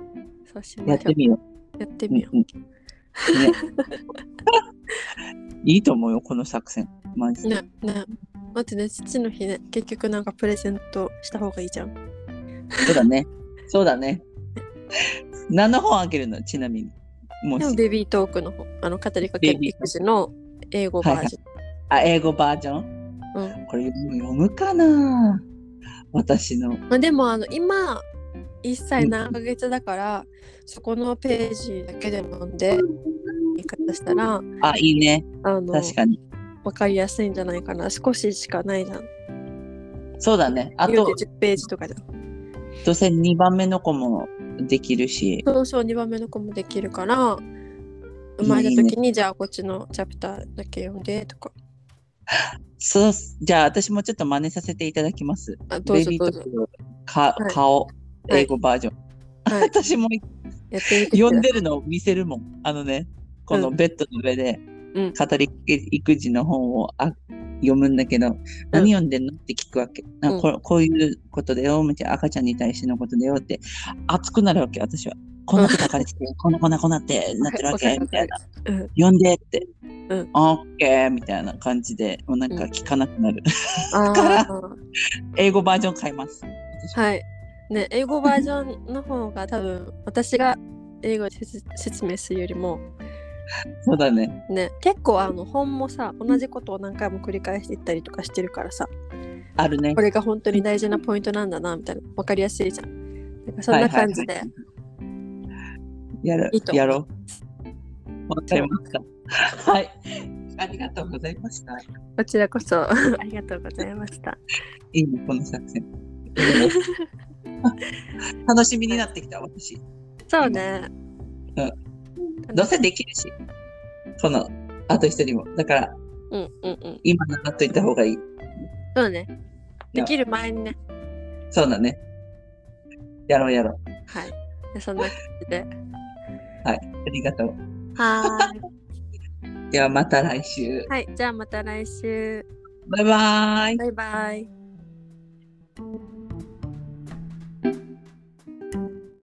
Speaker 1: そうし
Speaker 2: や
Speaker 1: ま
Speaker 2: っ
Speaker 1: しょ
Speaker 2: てみよ
Speaker 1: うやって
Speaker 2: う。うん
Speaker 1: みよ
Speaker 2: うんね、 いいと思うよ、この作戦。マジ
Speaker 1: う
Speaker 2: で。
Speaker 1: ねね待ってね父の日ね結局なんかプレゼントした方がいいじゃん
Speaker 2: そうだね。そうだね。何の本あげるのちなみに。も
Speaker 1: でも
Speaker 2: し。
Speaker 1: ベビートークの方あの語りかける
Speaker 2: ベビートー
Speaker 1: 育
Speaker 2: ク
Speaker 1: 児の英語バージョン、
Speaker 2: あ、英語バージョン
Speaker 1: うん
Speaker 2: これ読む読むかな私の。
Speaker 1: まあ、でもあの今1歳何ヶ月だから、そこのページだけでも読んで言い方したら
Speaker 2: あ、いいね。
Speaker 1: あの
Speaker 2: 確かに。
Speaker 1: 分かりやすいんじゃないかな少ししかないじゃん
Speaker 2: そうだね。あ
Speaker 1: 言
Speaker 2: と
Speaker 1: う、て10ページとかじゃん
Speaker 2: どうせ2番目の子もできるし。
Speaker 1: そうそう2番目の子もできるから生まれた時にじゃあこっちのチャプターだけ読んでとか
Speaker 2: そう、じゃあ私もちょっと真似させていただきます。
Speaker 1: あどう
Speaker 2: ベ
Speaker 1: ぞ
Speaker 2: ビー
Speaker 1: ど
Speaker 2: ト
Speaker 1: うぞ
Speaker 2: ークのか
Speaker 1: はい
Speaker 2: 顔、英語バージョン。
Speaker 1: はい
Speaker 2: 私も
Speaker 1: やってみてください
Speaker 2: 読んでるのを見せるもん。あのね、このベッドの上で、
Speaker 1: うん
Speaker 2: 語り育児の本をあ読むんだけど、何読んでんのって聞くわけ。あ
Speaker 1: うん
Speaker 2: ここういうことだよ、みたいな赤ちゃんに対してのことだよって、熱くなるわけ、私は。こんなこと書かれてて、こんなこんなこんなってなってるわ
Speaker 1: わか
Speaker 2: け、
Speaker 1: る
Speaker 2: み
Speaker 1: わ
Speaker 2: た
Speaker 1: か
Speaker 2: い
Speaker 1: る
Speaker 2: な。
Speaker 1: うん
Speaker 2: 読んでって。
Speaker 1: うん
Speaker 2: オッケーみたいな感じで、もうなんか聞かなくなる。
Speaker 1: あー
Speaker 2: 英語バージョン買います。
Speaker 1: はいね英語バージョンの方が多分私が英語で説説明するよりも
Speaker 2: そうだね。
Speaker 1: ね結構あの本もさ同じことを何回も繰り返していったりとかしてるからさ
Speaker 2: あるね
Speaker 1: こ。れが本当に大事なポイントなんだなみたいな分かりやすいじゃんなんかそんな感じで、
Speaker 2: はいはいはいやる
Speaker 1: いいと思います
Speaker 2: やろう。わかりました。はい。ありがとうございました。
Speaker 1: こちらこそありがとうございました
Speaker 2: いいね、この作 戦。いいね楽しみになってきた、私。
Speaker 1: そうね
Speaker 2: どうせできるし、この、あと一人も。だから、
Speaker 1: うんうんうん
Speaker 2: 今習っといた方がいい。
Speaker 1: そうねできる前にね
Speaker 2: そうだね。やろうやろう。
Speaker 1: はいでそんな感じで
Speaker 2: ありがとう。
Speaker 1: はーい
Speaker 2: ではまた来週。
Speaker 1: はいじゃあまた来週
Speaker 2: バイバーイ。
Speaker 1: バイバイ